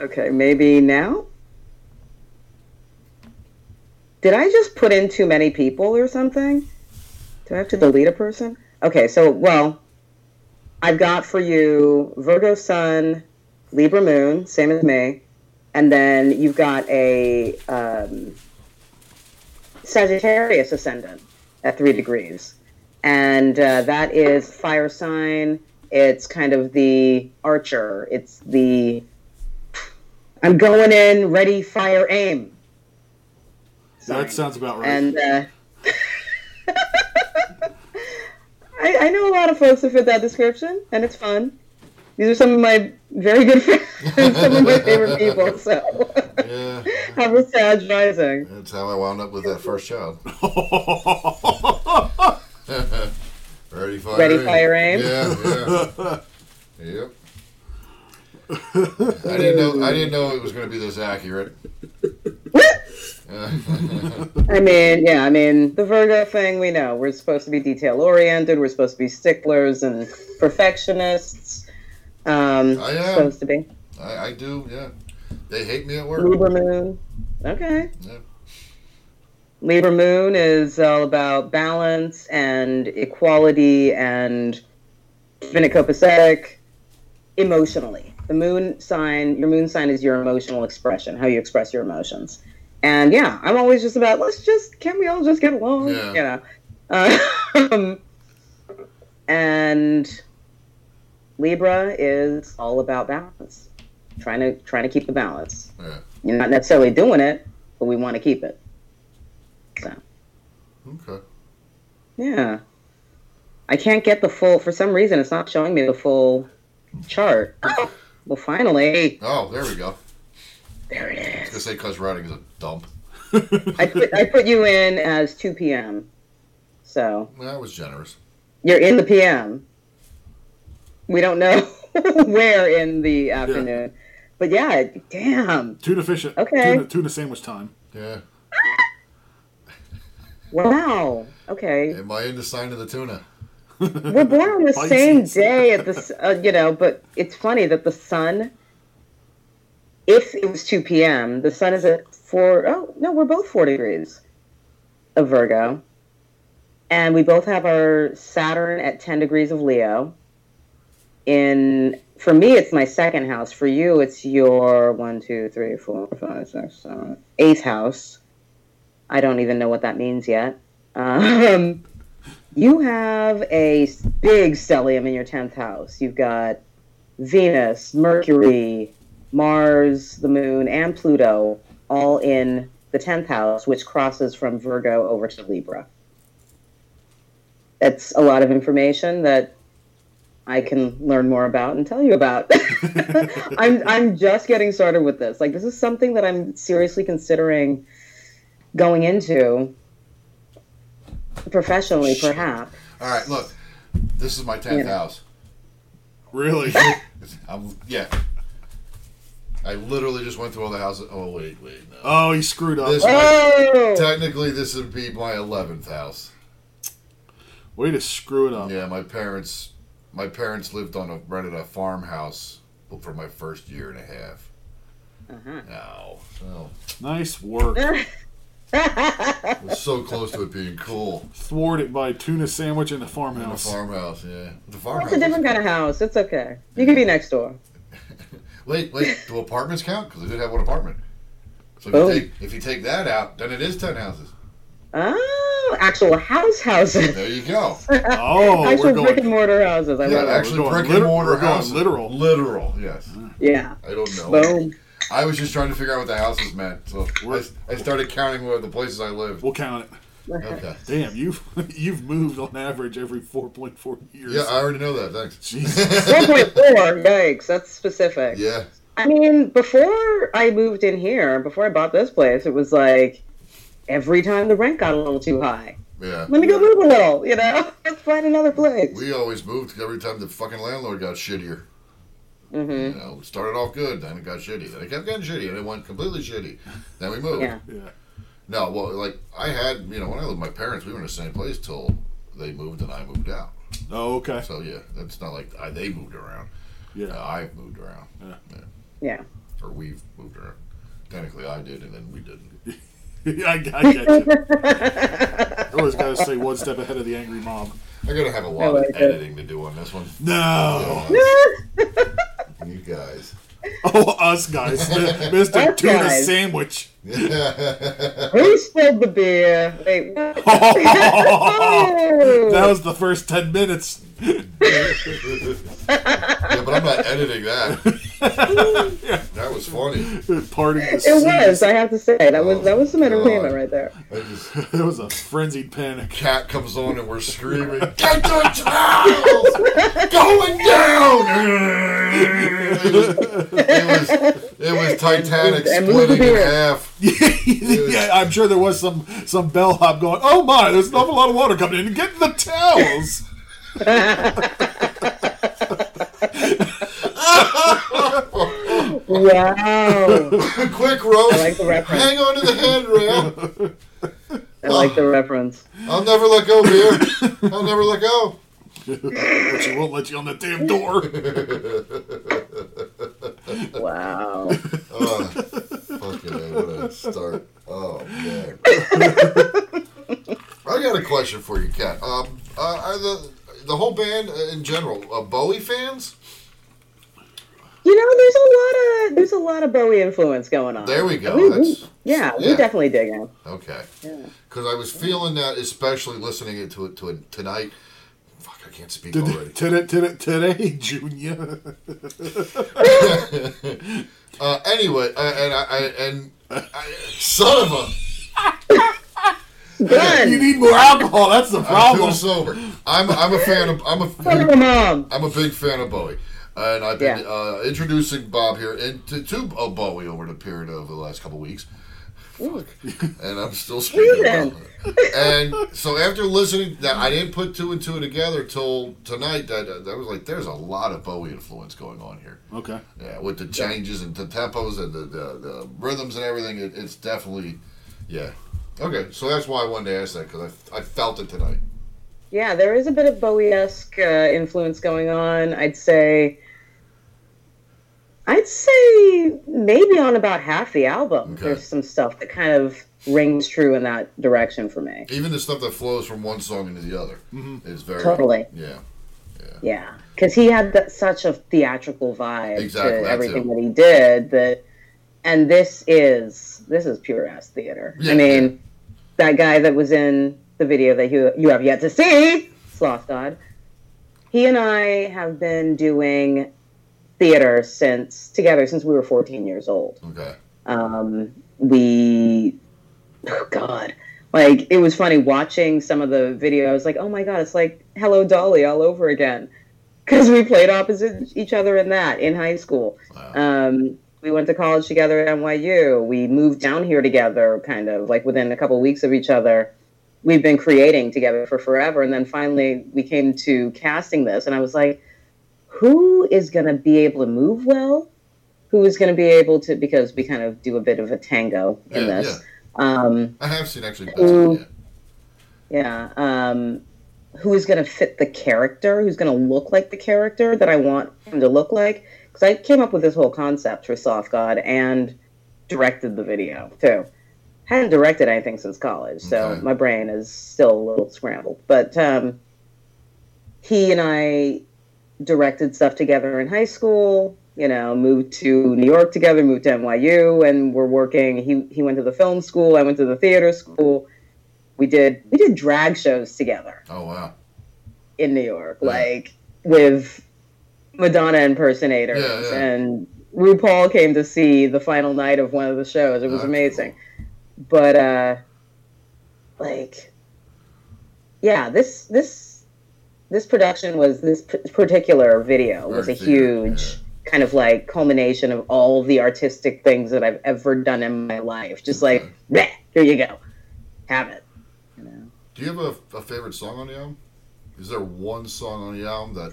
S4: Okay, maybe now? Did I just put in too many people or something? Do I have to delete a person? Okay, so, well, I've got for you Virgo Sun, Libra Moon, same as me. And then you've got a um, Sagittarius ascendant at three degrees. and uh, that is fire sign it's kind of the archer it's the i'm going in ready fire aim Sorry.
S2: That sounds about right.
S4: and uh, I, I know a lot of folks who fit that description and it's fun These are some of my very good friends, some of my favorite people. So,
S1: Yeah,
S4: have a sad rising.
S1: that's how I wound up with that first child. Ready, fire,
S4: Ready,
S1: aim.
S4: fire, aim.
S1: Yeah, yeah. yep. I didn't know. I didn't know it was going to be this accurate.
S4: I mean, yeah, I mean, the Virgo thing, we know. We're supposed to be detail oriented, we're supposed to be sticklers and perfectionists. Um,
S1: I am.
S4: Supposed to be.
S1: I, I do. Yeah, they hate me at work.
S4: Libra moon. Okay.
S1: Yeah.
S4: Libra moon is all about balance and equality and vinicopacetic emotionally. The moon sign, your moon sign is your emotional expression, how you express your emotions. And yeah, I'm always just about let's just can we all just get along,
S1: Yeah.
S4: you know. Uh, um, and Libra is all about balance. Trying to trying to keep the balance.
S1: Yeah.
S4: You're not necessarily doing it, but we want to keep it. So,
S1: Okay.
S4: yeah. I can't get the full, for some reason, it's not showing me the full chart. Well, finally,
S1: Oh, there we go.
S4: there it
S1: I
S4: is.
S1: was gonna say cuss writing is a dump.
S4: I put, I put you in as 2 p.m. So,
S1: That was generous.
S4: you're in the p.m. We don't know where in the afternoon. But yeah, damn.
S2: Tuna fish. At,
S4: Okay.
S2: Tuna, tuna sandwich time.
S1: Yeah.
S4: Wow. Okay.
S1: Am I in the sign of the tuna?
S4: We're born on the same
S2: Pisces.
S4: day at this, uh, you know, but it's funny that the sun, if it was 2 p.m., the sun is at 4, oh, no, we're both 4 degrees of Virgo. And we both have our Saturn at 10 degrees of Leo. In, for me, it's my second house. For you, it's your one, two, three, four, five, six, seven, eighth house. I don't even know what that means yet. Um, you have a s- big stellium in your 10th house. You've got Venus, Mercury, Mars, the moon, and Pluto all in the 10th house, which crosses from Virgo over to Libra. That's a lot of information that I can learn more about and tell you about. I'm, I'm just getting started with this. Like, this is something that I'm seriously considering going into professionally, perhaps.
S1: All right, look. This is my tenth
S4: Yeah.
S1: house.
S2: Really?
S1: I'm, yeah. I literally just went through all the houses. Oh wait, wait. No.
S2: oh, he screwed up.
S1: This
S4: Oh!
S1: Technically, this would be my eleventh house.
S2: Way to screw it up.
S1: Yeah, my parents, my parents lived on a rented a farmhouse for my first year and a half. Oh, No, no,
S2: Nice work.
S1: it was so close to it being cool.
S2: Thwarted by tuna sandwich in the
S1: A
S2: farmhouse.
S1: farmhouse, yeah. The farmhouse.
S4: It's a different kind of house. It's okay. You can be next door.
S1: Wait, wait. Do apartments count? Because I did have one apartment. So if,
S4: Oh.
S1: you take, if you take that out, then it is ten houses.
S4: Oh, actual house houses.
S1: There you go.
S2: Oh,
S4: actual
S2: we're
S4: brick and
S2: going.
S4: mortar houses. I
S1: Yeah,
S4: love it.
S1: actually,
S2: going
S1: brick
S2: lit-
S1: and mortar
S2: we're going
S1: houses.
S2: literal.
S1: Literal, yes.
S4: Yeah.
S1: I don't know.
S4: Boom.
S1: I was just trying to figure out what the houses meant, so I, I started counting where the places I lived.
S2: We'll count it.
S1: Okay.
S2: Damn, you've you've moved on average every 4.4 years.
S1: Yeah, I already know that. Thanks.
S2: Jesus.
S4: 1.4. Yikes. That's specific.
S1: Yeah.
S4: I mean, before I moved in here, before I bought this place, it was like every time the rent got a little too high.
S1: Yeah.
S4: Let me go move a little, you know? Let's find another place.
S1: We always moved every time the fucking landlord got shittier.
S4: Mm-hmm.
S1: You know, we started off good, then it got shitty, then it kept getting shitty, and it went completely shitty. Then we moved.
S4: Yeah.
S2: Yeah.
S1: No, well, like I had, you know, when I lived with my parents, we were in the same place till they moved and I moved out.
S2: Oh, okay.
S1: So yeah, that's not like I, they moved around. Uh,
S2: Yeah.
S1: I've moved around,
S4: Yeah.
S1: or we've moved around. Technically, I did, and then we didn't.
S2: I, I get you. I always got to say one step ahead of the angry mob.
S1: I gotta have a lot
S4: like
S1: of
S4: it.
S1: editing to do on this one.
S2: No.
S1: You guys.
S2: Oh, us guys. Mr.
S4: Us
S2: Tuna
S4: guys.
S2: Sandwich.
S4: Who spilled the beer? Wait, what?
S2: that
S4: Oh!
S2: was the first 10 minutes.
S1: Yeah, but I'm not editing that. that was funny.
S2: Parting the
S4: It
S2: seas.
S4: was. I have to say that was that was some entertainment
S1: Oh, God.
S4: right there.
S1: I just
S2: It was a frenzied panic.
S1: cat comes on and we're screaming, "Get the towels! Going down!" It was, it was, it was Titanic
S4: And move the
S1: splitting in
S4: beer.
S1: half.
S2: yeah, I'm sure there was some some bellhop going. Oh my, there's an awful lot of water coming in. Get the towels.
S4: Wow.
S1: Quick, Rose,
S4: I like the reference.
S1: hang on to the handrail.
S4: I like the reference.
S1: I'll never let go, beer. I'll never let go.
S2: but she won't let you on that damn door.
S4: Wow.
S1: Fucking A, what a start. Oh, man. I got a question for you, Kat. Um, uh, are the the whole band uh, in general uh, Bowie fans?
S4: You know, there's a lot of there's a lot of Bowie influence going on.
S1: There we go.
S4: We- we-
S1: That's-
S4: yeah, we
S1: yeah.
S4: definitely dig in.
S1: Okay. Because I was feeling that, especially listening it to it to it tonight. Fuck, I can't speak
S2: today,
S1: already.
S2: today, today, today, Junior.
S1: Uh, anyway, uh, and I, I and I, son of a.
S2: You
S4: Done.
S2: need more alcohol. That's the
S1: I'm too
S2: problem.
S1: sober. I'm I'm a fan of I'm
S4: Fuck
S1: a
S4: your mom.
S1: I'm a big fan of Bowie, and I've been
S4: Yeah.
S1: uh, introducing Bob here into to uh, Bowie over the period of the last couple weeks. Fuck. and I'm still speaking about it. And so after listening, that I didn't put two and two together till tonight. That that I was like, there's a lot of Bowie influence going on here.
S2: Okay.
S1: Yeah, with the changes and the tempos and the, the, the rhythms and everything, it, it's definitely, yeah. Okay, so that's why I wanted to ask that because I, I felt it tonight.
S4: Yeah, there is a bit of Bowie-esque uh, influence going on. I'd say, I'd say maybe on about half the album.
S1: Okay.
S4: There's some stuff that kind of rings true in that direction for me.
S1: Even the stuff that flows from one song into the other is very
S4: Mm-hmm. Totally.
S1: Yeah,
S4: Yeah, because he had that, such a theatrical vibe
S1: Exactly,
S4: to
S1: that's
S4: everything
S1: him.
S4: that he did. That, and this is this is pure ass theater.
S1: Yeah.
S4: I mean, that guy that was in the video that you you have yet to see, Sloth God. He and I have been doing theater since together since we were 14 years old
S1: okay.
S4: um, we oh god like it was funny watching some of the video i was like oh my god it's like hello dolly all over again because we played opposite each other in that in high school
S1: Wow.
S4: um, we went to college together at nyu we moved down here together kind of like within a couple weeks of each other we've been creating together for forever and then finally we came to casting this and i was like who is going to be able to move well who is going to be able to because we kind of do a bit of a tango in
S1: Yeah,
S4: this um
S1: I have seen actually.
S4: Ooh.
S1: yeah.
S4: yeah um who is going to fit the character who's going to look like the character that i want him to look like because i came up with this whole concept for soft god and directed the video too hadn't directed anything since college so
S1: Okay.
S4: my brain is still a little scrambled but um he and i directed stuff together in high school. You know, moved to New York together, moved to NYU, and we're working. He he went to the film school. I went to the theater school. We did we did drag shows together
S1: Oh wow.
S4: in New York,
S1: Yeah.
S4: like with Madonna impersonators,
S1: Yeah, yeah.
S4: and RuPaul came to see the final night of one of the shows. It was
S1: Ah, That's
S4: amazing, but uh, like, yeah, this this this production was this p- particular video was a
S1: Very theater,
S4: huge
S1: yeah.
S4: kind of like culmination of all the artistic things that I've ever done in my life. Just like, "Bleh, here you go, have it.
S1: Do you have a, a favorite song on the album? Is there one song on the album that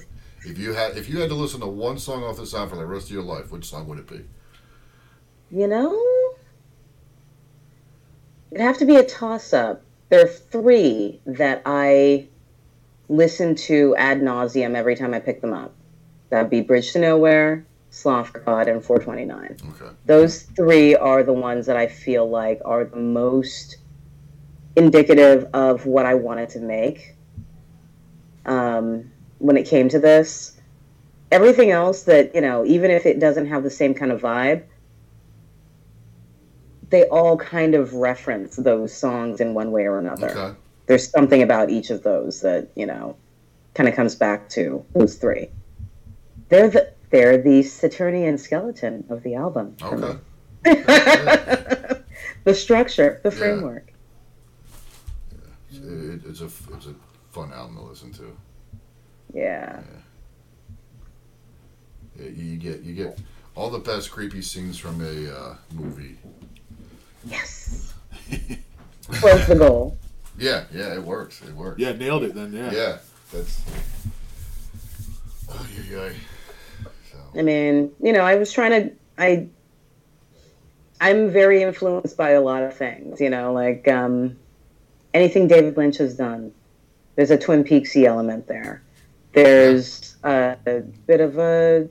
S1: if you had if you had to listen to one song off this album for the rest of your life, which song would it be?
S4: You know, it'd have to be a toss up. There are three that I listen to ad nauseum every time I pick them up. That'd be Bridge to Nowhere, Sloth God, and 429.
S1: Okay.
S4: Those three are the ones that I feel like are the most indicative of what I wanted to make um, when it came to this. Everything else that, you know, even if it doesn't have the same kind of vibe, they all kind of reference those songs in one way or another.
S1: Okay.
S4: There's something about each of those that, you know, kind of comes back to those three. They're the they're the Saturnian skeleton of the album. for me.
S1: Okay.
S4: The structure, the framework.
S1: It, it's a f- it's a fun album to listen to.
S4: Yeah.
S1: Yeah, you get you get all the best creepy scenes from a uh, movie.
S4: Yes. Close the goal.
S1: Yeah, yeah, it works. It works.
S2: Yeah, nailed it then. Yeah.
S1: yeah that's. Oh, yeah,
S4: I mean, you know, I was trying to I I'm very influenced by a lot of things, you know, like um anything David Lynch has done. There's a Twin Peaksy element there. There's uh, a bit of a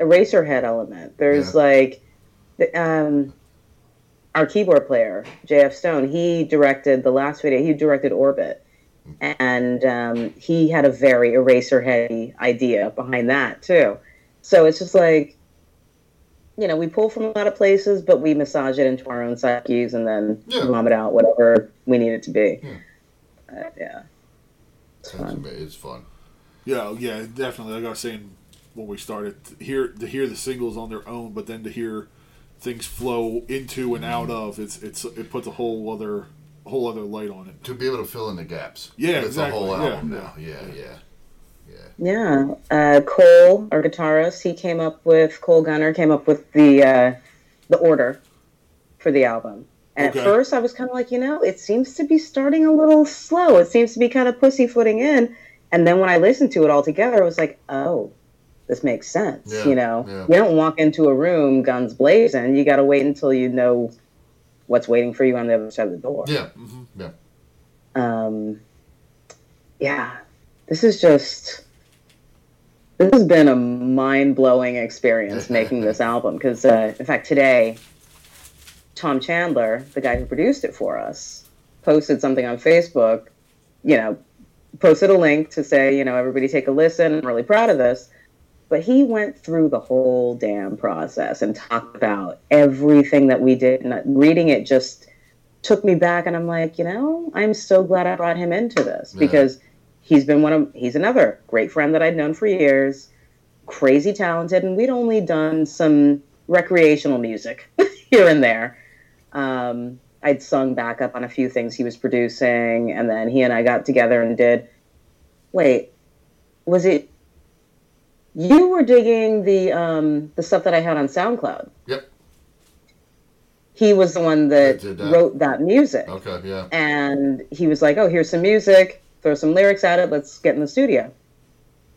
S4: Eraserhead element. There's
S1: Yeah.
S4: like the, um our keyboard player, JF Stone, he directed the last video, he directed Orbit. And um, he had a very eraser heavy idea behind that, too. So it's just like, you know, we pull from a lot of places, but we massage it into our own psyches and then
S1: Yeah.
S4: vomit out whatever we need it to be. Uh, yeah.
S1: it's fun. It's fun.
S2: Yeah, oh, yeah, definitely. Like I was saying when we started, to hear to hear the singles on their own, but then to hear things flow into and out of it's it's it puts a whole other whole other light on it.
S1: To be able to fill in the gaps.
S2: Yeah,
S1: it's a whole
S2: exactly, yeah.
S1: album now. Yeah, yeah.
S4: Yeah. Uh, Cole, our guitarist, he came up with, Cole Gunner came up with the, uh, the order for the album. And
S2: Okay.
S4: at first I was kind of like, you know, it seems to be starting a little slow. It seems to be kind of pussyfooting in. And then when I listened to it all together, I was like, oh, this makes sense.
S1: Yeah,
S4: you know,
S1: yeah.
S4: you don't walk into a room guns blazing. You got to wait until you know what's waiting for you on the other side of the door.
S1: Yeah, yeah.
S4: Um, yeah, this is just. This has been a mind blowing experience making this album because, uh, in fact, today, Tom Chandler, the guy who produced it for us, posted something on Facebook, you know, posted a link to say, you know, everybody take a listen. I'm really proud of this. But he went through the whole damn process and talked about everything that we did. And reading it just took me back, and I'm like, you know, I'm so glad I brought him into this because he's been one of he's another great friend that I'd known for years, crazy talented, and we'd only done some recreational music here and there. Um, I'd sung backup on a few things he was producing, and then he and I got together and did. Wait, was it you were digging the um, the stuff that I had on SoundCloud?
S1: Yep.
S4: He was the one
S1: I
S4: that,
S1: did that. Oh.
S4: wrote that music
S1: Okay. Yeah.
S4: and he was like, "Oh, here's some music. Throw some lyrics at it. Let's get in the studio."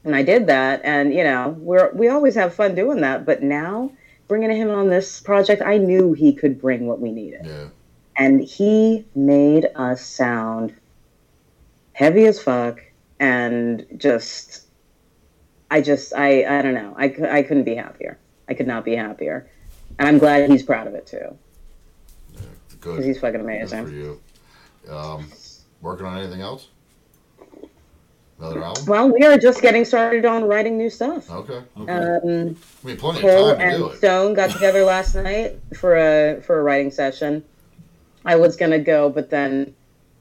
S4: And I did that, and you know, we're we always have fun doing that. But now, bringing him on this project, I knew he could bring what we needed,
S1: Yeah.
S4: and he made us sound heavy as fuck, and just, I just, I, I don't know, I, cou- I couldn't be happier. I could not be happier, and I'm glad he's proud of it too,
S1: Good.
S4: because he's fucking
S1: Good for
S4: amazing.
S1: you. Um, working on anything else? Another album?
S4: Well, we are just getting started on writing new stuff.
S1: Okay.
S4: Um,
S1: I mean, plenty
S4: Cole
S1: of Oh, time to do
S4: and
S1: it.
S4: Stone got together last night for a for a writing session. I was gonna go, but then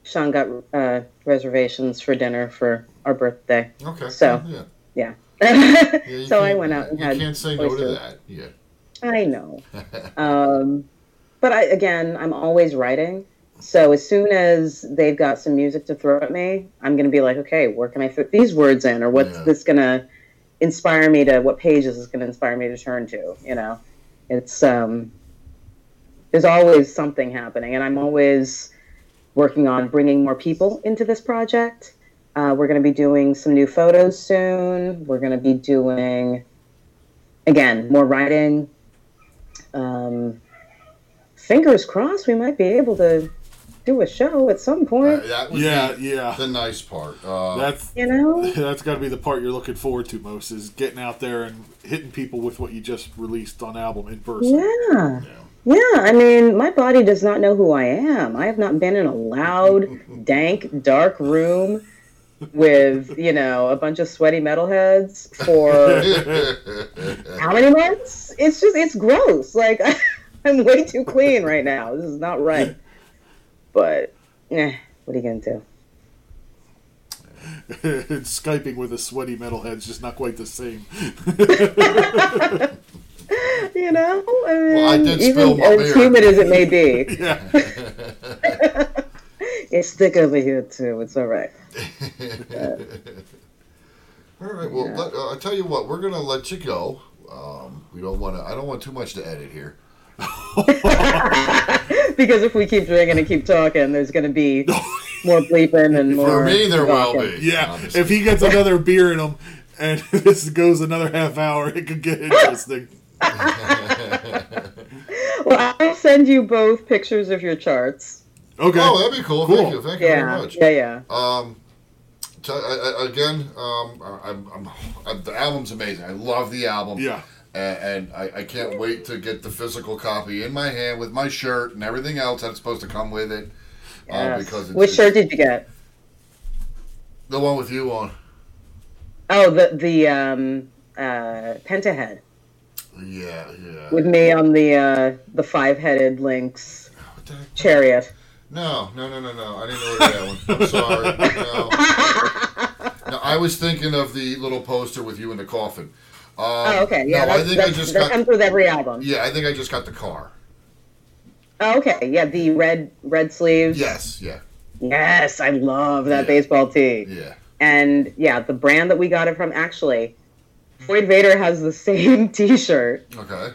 S4: Sean got uh, reservations for dinner for our birthday.
S1: Okay.
S4: So.
S1: yeah.
S4: Yeah.
S1: Yeah, you
S4: so I
S1: can't-
S4: went out and
S1: you
S4: had.
S1: can't say no to
S4: oysters.
S1: that. Yeah.
S4: I know. um, but I, again, I'm always writing. So as soon as they've got some music to throw at me, I'm going to be like, okay, where can I fit these words in? Or what's
S1: Yeah.
S4: this going to inspire me to, what page is this going to inspire me to turn to? You know, it's, um, there's always something happening. And I'm always working on bringing more people into this project. Uh, we're going to be doing some new photos soon. We're going to be doing, again, more writing, um, fingers crossed we might be able to do a show at some
S1: Uh,
S4: point
S1: that was
S2: Yeah,
S1: the,
S2: yeah.
S1: the nice part. Uh,
S2: That's
S4: you know
S2: that's got to be the part you're looking forward to most is getting out there and hitting people with what you just released on album in person.
S4: yeah yeah i mean my body does not know who i am i have not been in a loud dank dark room with you know a bunch of sweaty metalheads for how many months it's just it's gross like i'm way too clean right now this is not right but eh, what are you gonna do
S2: and Skyping with a sweaty metalhead's just not quite the same.
S4: You know, I mean,
S1: Well, I did spill
S4: even
S1: my
S4: as
S1: beer.
S4: humid as it may be,
S2: yeah.
S4: it's thick over here too. It's all right.
S1: All right. Well, let, uh, I tell you what, we're gonna let you go. Um, we don't want to. I don't want too much to edit here.
S4: Because if we keep drinking and keep talking, there's going to be more bleeping and more.
S1: For me, there will
S4: talking.
S1: be.
S2: Yeah,
S1: obviously.
S2: if he gets another beer in him and this goes another half hour, it could get interesting.
S4: Well, I'll send you both pictures of your charts.
S2: Okay.
S1: Oh, that'd be cool.
S2: Cool.
S1: Thank you. Thank you very
S4: Yeah,
S1: much.
S4: yeah, yeah.
S1: Um, t- I- I- again, um, I- I'm, I'm, I'm, the album's amazing. I love the album.
S2: Yeah.
S1: A- And, I, I can't wait to get the physical copy in my hand with my shirt and everything else that's supposed to come with it. Uh,
S4: Yes.
S1: because it's,
S4: Which shirt did you get?
S1: The one with you on.
S4: Oh, the the um, uh, pentahead
S1: Yeah, yeah.
S4: with me on the uh, the five headed lynx
S1: What the heck?
S4: chariot.
S1: No, no, no, no, no. I didn't order that one. I'm sorry. No. no, I was thinking of the little poster with you in the coffin. Um,
S4: Oh, okay, yeah.
S1: No,
S4: that's,
S1: I think I
S4: that's,
S1: just
S4: that
S1: got.
S4: comes with every album.
S1: Yeah, I think I just got the car.
S4: Oh, okay, yeah. The red red sleeves.
S1: Yes, yeah,
S4: Yes, I love that
S1: Yeah.
S4: baseball tee.
S1: yeah.
S4: And yeah, the brand that we got it from actually, Floyd Vader has the same T-shirt.
S1: Okay.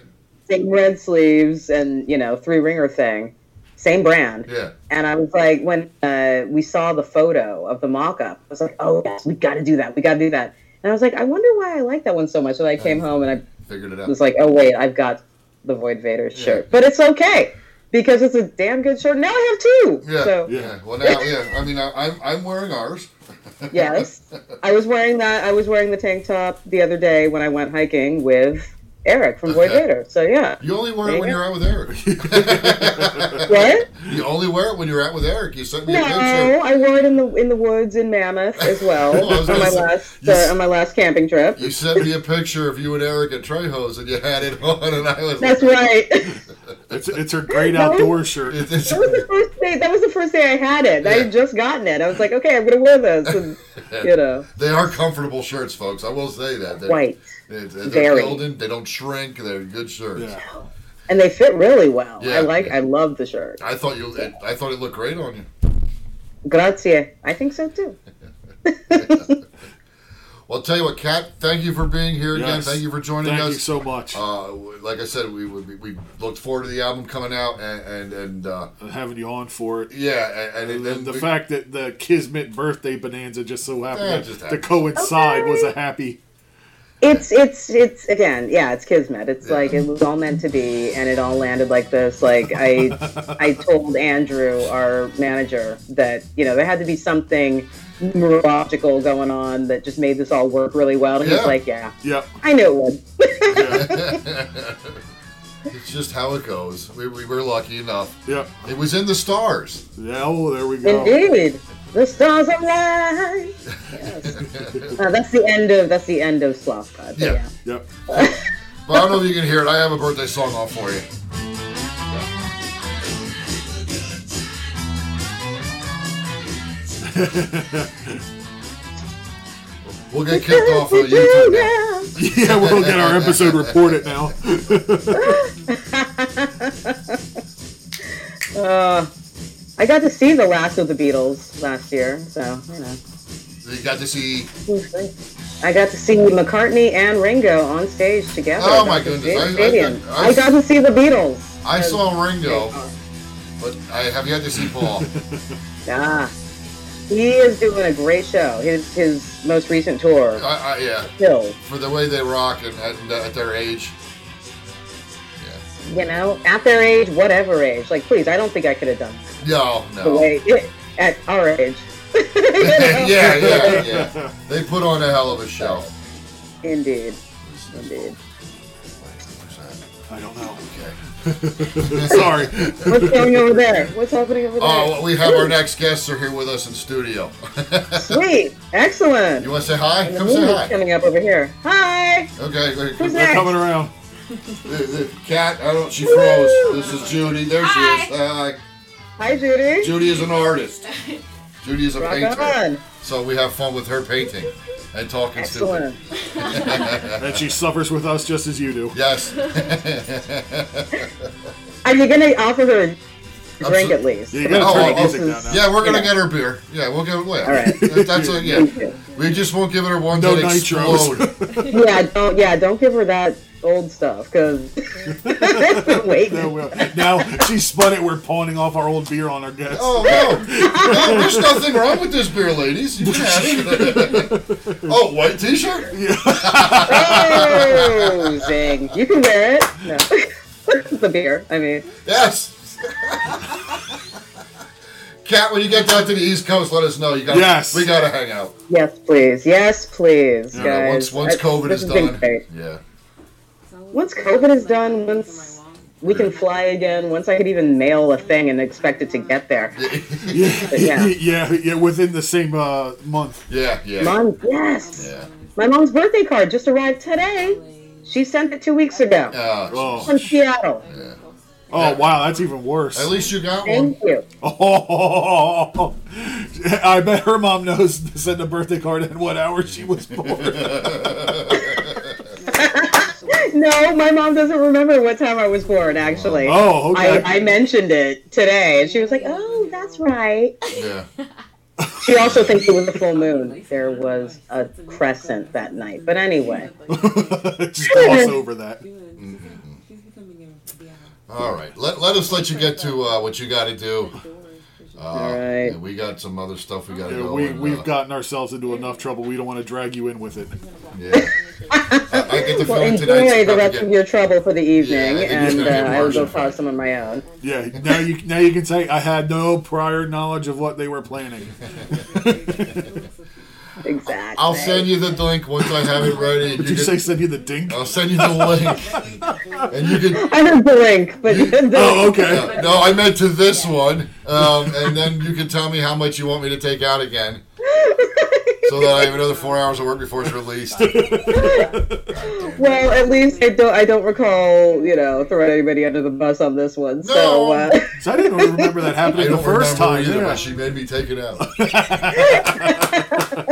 S4: same red sleeves and you know three ringer thing same brand
S1: Yeah.
S4: and i was like when uh, we saw the photo of the mock-up i was like oh yes we gotta do that we gotta do that and i was like i wonder why i like that one so much and i came home and
S1: Figured it
S4: i
S1: out.
S4: was like oh wait i've got the void vader shirt but it's okay because it's a damn good shirt now i have two
S1: yeah,
S4: so
S1: yeah. Well, now, yeah. I mean, I, I'm I'm wearing ours.
S4: yes i was wearing that i was wearing the tank top the other day when i went hiking with eric from void
S1: Okay.
S4: vader so yeah
S1: You only wear it when
S4: Yeah.
S1: you're out with Eric.
S4: what
S1: you only wear it when you're out with Eric. You sent me
S4: No,
S1: a picture.
S4: I wore it in the in the woods in Mammoth as well
S1: Oh, I was
S4: on
S1: gonna
S4: my
S1: say,
S4: last
S1: you s-
S4: uh, on my last camping trip.
S1: You sent me a picture of you and Eric at Trejo's, and you had it on, and I was
S4: That's
S1: like,
S4: right. that
S2: It's it's her great outdoor shirt.
S1: It's, it's,
S4: was the first day. That was the first day I had it. I had just gotten it. I was like, okay, I'm gonna wear this. And, you know,
S1: they are comfortable shirts, folks. I will say that. They're,
S4: white,
S1: They're, they're
S4: Very.
S1: golden. They don't shrink. They're good shirts.
S2: Yeah.
S4: and they fit really well.
S1: Yeah.
S4: I like. I love the shirt.
S1: I thought you. It, I thought it looked great on you.
S4: Grazie. I think so too.
S1: Well, I'll tell you what, Kat. Thank you for being here again.
S2: Yes.
S1: Thank you for joining
S2: Thank
S1: us.
S2: you so much.
S1: uh, w- like I said, we, we we looked forward to the album coming out, and and, and uh,
S2: having you on for it.
S1: yeah, and,
S2: And,
S1: and,
S2: the
S1: we-
S2: fact that the Kismet birthday bonanza just so happened
S1: Yeah,
S2: to-
S1: just
S2: to
S1: happened.
S2: coincide was a happy.
S4: It's it's it's again, yeah, it's kismet. It's like it was all meant to be, and it all landed like this. Like I, I told Andrew, our manager, that you know there had to be something numerological going on that just made this all work really well. And
S1: Yeah.
S4: he's like, yeah,
S2: Yep.
S4: I knew it would.
S1: it's just how it goes. We, we were lucky enough.
S2: Yep.
S1: It was in the stars.
S2: Yeah, oh, there we go.
S4: Indeed, the stars align. Yes. Uh, that's the end of that's the end of Sloth God. but
S1: Yeah.
S4: yeah.
S2: Yep.
S1: But I don't know if you can hear it. I have a birthday song on for you. We'll get kicked off of YouTube. now.
S2: Yeah, we'll get our episode reported now.
S4: Uh, I got to see the last of the Beatles last year, so you know.
S1: You got to see.
S4: I got to see McCartney and Ringo on stage together.
S1: Oh, my
S4: At the
S1: goodness. I- I-
S4: stadium.
S1: I-
S4: I, got to see the Beatles.
S1: I saw Ringo, but I have yet to see Paul.
S4: Ah, he is doing a great show. His his most recent tour,
S1: I, I, yeah,
S4: Hill.
S1: for the way they rock and at, at their age.
S4: You know, at their age, whatever age. Like, please, I don't think I could have done that
S1: No,
S4: the
S1: no.
S4: way at our age. You know?
S1: yeah, yeah, yeah. They put on a hell of a show.
S4: Indeed. Indeed.
S2: I don't know.
S1: Okay.
S2: Sorry.
S4: What's going over there? What's happening over there?
S1: Oh, Uh, well, we have our next guests are here with us in studio.
S4: Sweet. Excellent.
S1: Oh. you want to say hi?
S4: And the
S1: Come say
S4: moon is
S1: hi.
S4: coming up over here. Hi.
S1: Okay. wait,
S4: Who's
S1: wait,
S4: next?
S2: Coming around.
S1: the- the Cat, I don't. She froze. This is Judy. There she is. Hi.
S4: Hi, Judy.
S1: Judy is an artist. Judy is a
S4: Rock
S1: painter,
S4: on.
S1: so we have fun with her painting and talking
S4: Excellent.
S2: And she suffers with us just as you do.
S1: stupid. Yes,
S4: Are you going to offer her a drink at least?
S2: You gotta turn
S1: Oh,
S2: the
S1: oh,
S2: music
S4: this
S2: down
S4: is-
S2: now.
S1: yeah, we're gonna
S4: Yeah.
S1: get her beer. Yeah, we'll get. Well,
S4: All right.
S1: that's a yeah.
S4: Thank you.
S1: We just won't give it her one
S2: No
S1: that
S2: nitros.
S1: explode.
S4: Yeah, don't yeah, don't give her that old stuff because wait,
S2: Yeah, well, Now she spun it. We're pawning off our old beer on our guests.
S1: Oh no. no! There's nothing wrong with this beer, ladies. You can have it. oh, white T-shirt.
S4: oh, zing. you can wear it. No. the beer. I mean,
S1: Yes. Cat, when you get down to the East Coast, let us know. You got.
S2: Yes.
S1: We gotta hang out.
S4: yes, please, yes, please,
S1: You know, once
S4: guys.
S1: once
S4: I-
S1: COVID
S4: this
S1: is
S4: has been
S1: done.
S4: great.
S1: Yeah.
S4: Once COVID is done, once we can fly again, once I could even mail a thing and expect it to get there. But
S2: yeah.
S4: yeah,
S2: yeah, yeah, within the same uh, month.
S1: Yeah. Yeah.
S4: mom, yes,
S1: Yeah.
S4: my mom's birthday card just arrived today. She sent it two weeks ago
S1: Uh,
S2: Oh,
S4: from Seattle.
S2: oh wow, that's even worse.
S1: at least you got one.
S4: Thank you.
S2: Oh, I bet her mom knows to send a birthday card and what hour she was born.
S4: No, my mom doesn't remember what time I was born, actually.
S2: Oh, okay.
S4: I, I mentioned it today, and she was like, oh, that's right.
S1: Yeah.
S4: She also thinks it was a full moon. There was a crescent that night. But anyway,
S2: Just gloss over that.
S1: All right. Let, let us let you get to uh, what you got to do. Uh,
S2: Oh,
S4: All right.
S1: and We got some other stuff we got to
S2: Yeah,
S1: go.
S2: we,
S1: and,
S2: we've
S1: uh,
S2: gotten ourselves into enough trouble. We don't want to drag you in with it.
S1: Yeah. I, I get the feeling
S4: well,
S1: tonight's
S4: enjoy the
S1: about to
S4: rest
S1: get-
S4: of your trouble for the evening,
S1: I think it's
S4: and
S1: gonna
S4: uh,
S1: be a
S4: I will go
S1: margin.
S4: cause some of my own.
S2: Yeah, now you now you can say I had no prior knowledge of what they were planning.
S4: Exactly.
S1: I'll send you the link once I have it ready. and
S2: Did you
S1: can-
S2: say send you the dink?
S1: I'll send you the link, and you can.
S4: I heard the link, but
S2: Oh, okay.
S1: yeah, no, I meant to this one, um, and then you can tell me how much you want me to take out again, so that I have another four hours of work before it's released.
S4: well, at least I don't. I don't recall, you know, throwing anybody under the bus on this one.
S1: No.
S4: So uh,
S2: So I didn't really remember that
S1: I
S2: happening the
S1: don't
S2: first
S1: remember
S2: time.
S1: either,
S2: yeah.
S1: but she made me take it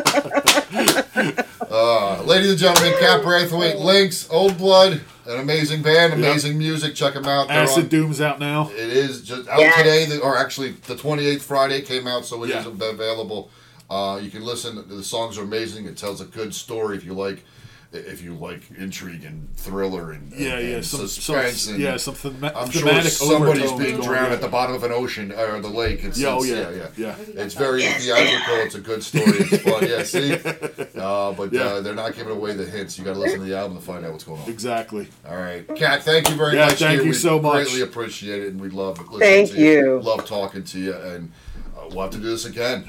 S1: out. uh, ladies and gentlemen, Cat Braithwaite, Lynx, Old Blood, an amazing band, amazing music. Check them out. They're
S2: Acid
S1: on-
S2: Doom's out now.
S1: It is just out
S4: Yes.
S1: today, the- or actually the 28th Friday it came out, so it is
S2: Yeah.
S1: available. Uh, you can listen. The songs are amazing. It tells a good story if you like, if you like intrigue and thriller and
S2: Yeah,
S1: and,
S2: yeah,
S1: and
S2: some, some
S1: suspense. and
S2: yeah, some thema-
S1: I'm sure
S2: thematic
S1: somebody's
S2: overtones
S1: being
S2: going
S1: drowned
S2: on.
S1: at the bottom of an ocean uh, or the lake. It's,
S2: Yeah, oh,
S1: it's-
S2: yeah, yeah.
S1: It's very theatrical. It's a good story. It's fun. Yeah, see, uh, but
S2: Yeah.
S1: uh, they're not giving away the hints. You got to listen to the album to find out what's going on.
S2: Exactly.
S1: All right, Kat. Thank you very
S2: Yeah,
S1: much.
S2: thank
S1: dear.
S2: you
S1: we
S2: so much.
S1: Greatly appreciate it, and we love listening
S4: Thank
S1: to you.
S4: you.
S1: Love talking to you, and uh, we'll have to do this again.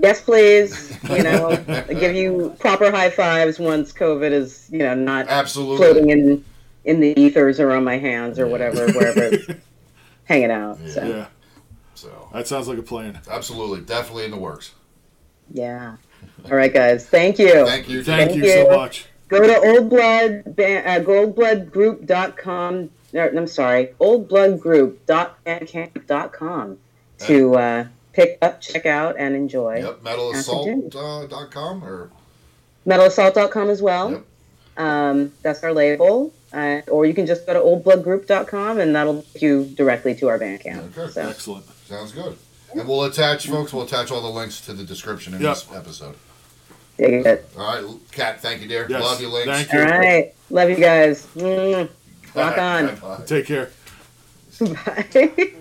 S4: yes, please. You know, I'll give you proper high fives once COVID is, you know, not floating
S1: Absolutely.
S4: in in the ethers or on my hands or whatever, wherever it's hanging out. So yeah.
S2: Yeah,
S1: So,
S2: that sounds like a plan.
S1: absolutely, definitely in the works.
S4: All right, guys. Thank you.
S1: Thank you.
S2: Thank,
S4: Thank
S2: you so
S4: you.
S2: much.
S4: Go to oldblood uh, goldbloodgroup.com. No, I'm sorry, oldbloodgroup.bandcamp.com to uh, pick up, check out, and enjoy.
S1: Yep, metalassault.com uh, .com or
S4: MetalAssault.com as well.
S1: Yep.
S4: Um, that's our label. Uh, or you can just go to oldbloodgroup.com and that'll take you directly to our Bandcamp.
S1: Okay.
S4: So,
S2: Excellent.
S1: sounds good. And we'll attach, folks. We'll attach all the links to the description in
S2: Yep.
S1: this episode.
S4: dig it.
S1: All right, Kat. Thank you, dear.
S2: Yes,
S1: Love you, links.
S2: thank
S4: All
S2: you.
S4: right. Love you guys. Mm. Rock on.
S1: Bye-bye.
S2: Take care.
S4: Bye.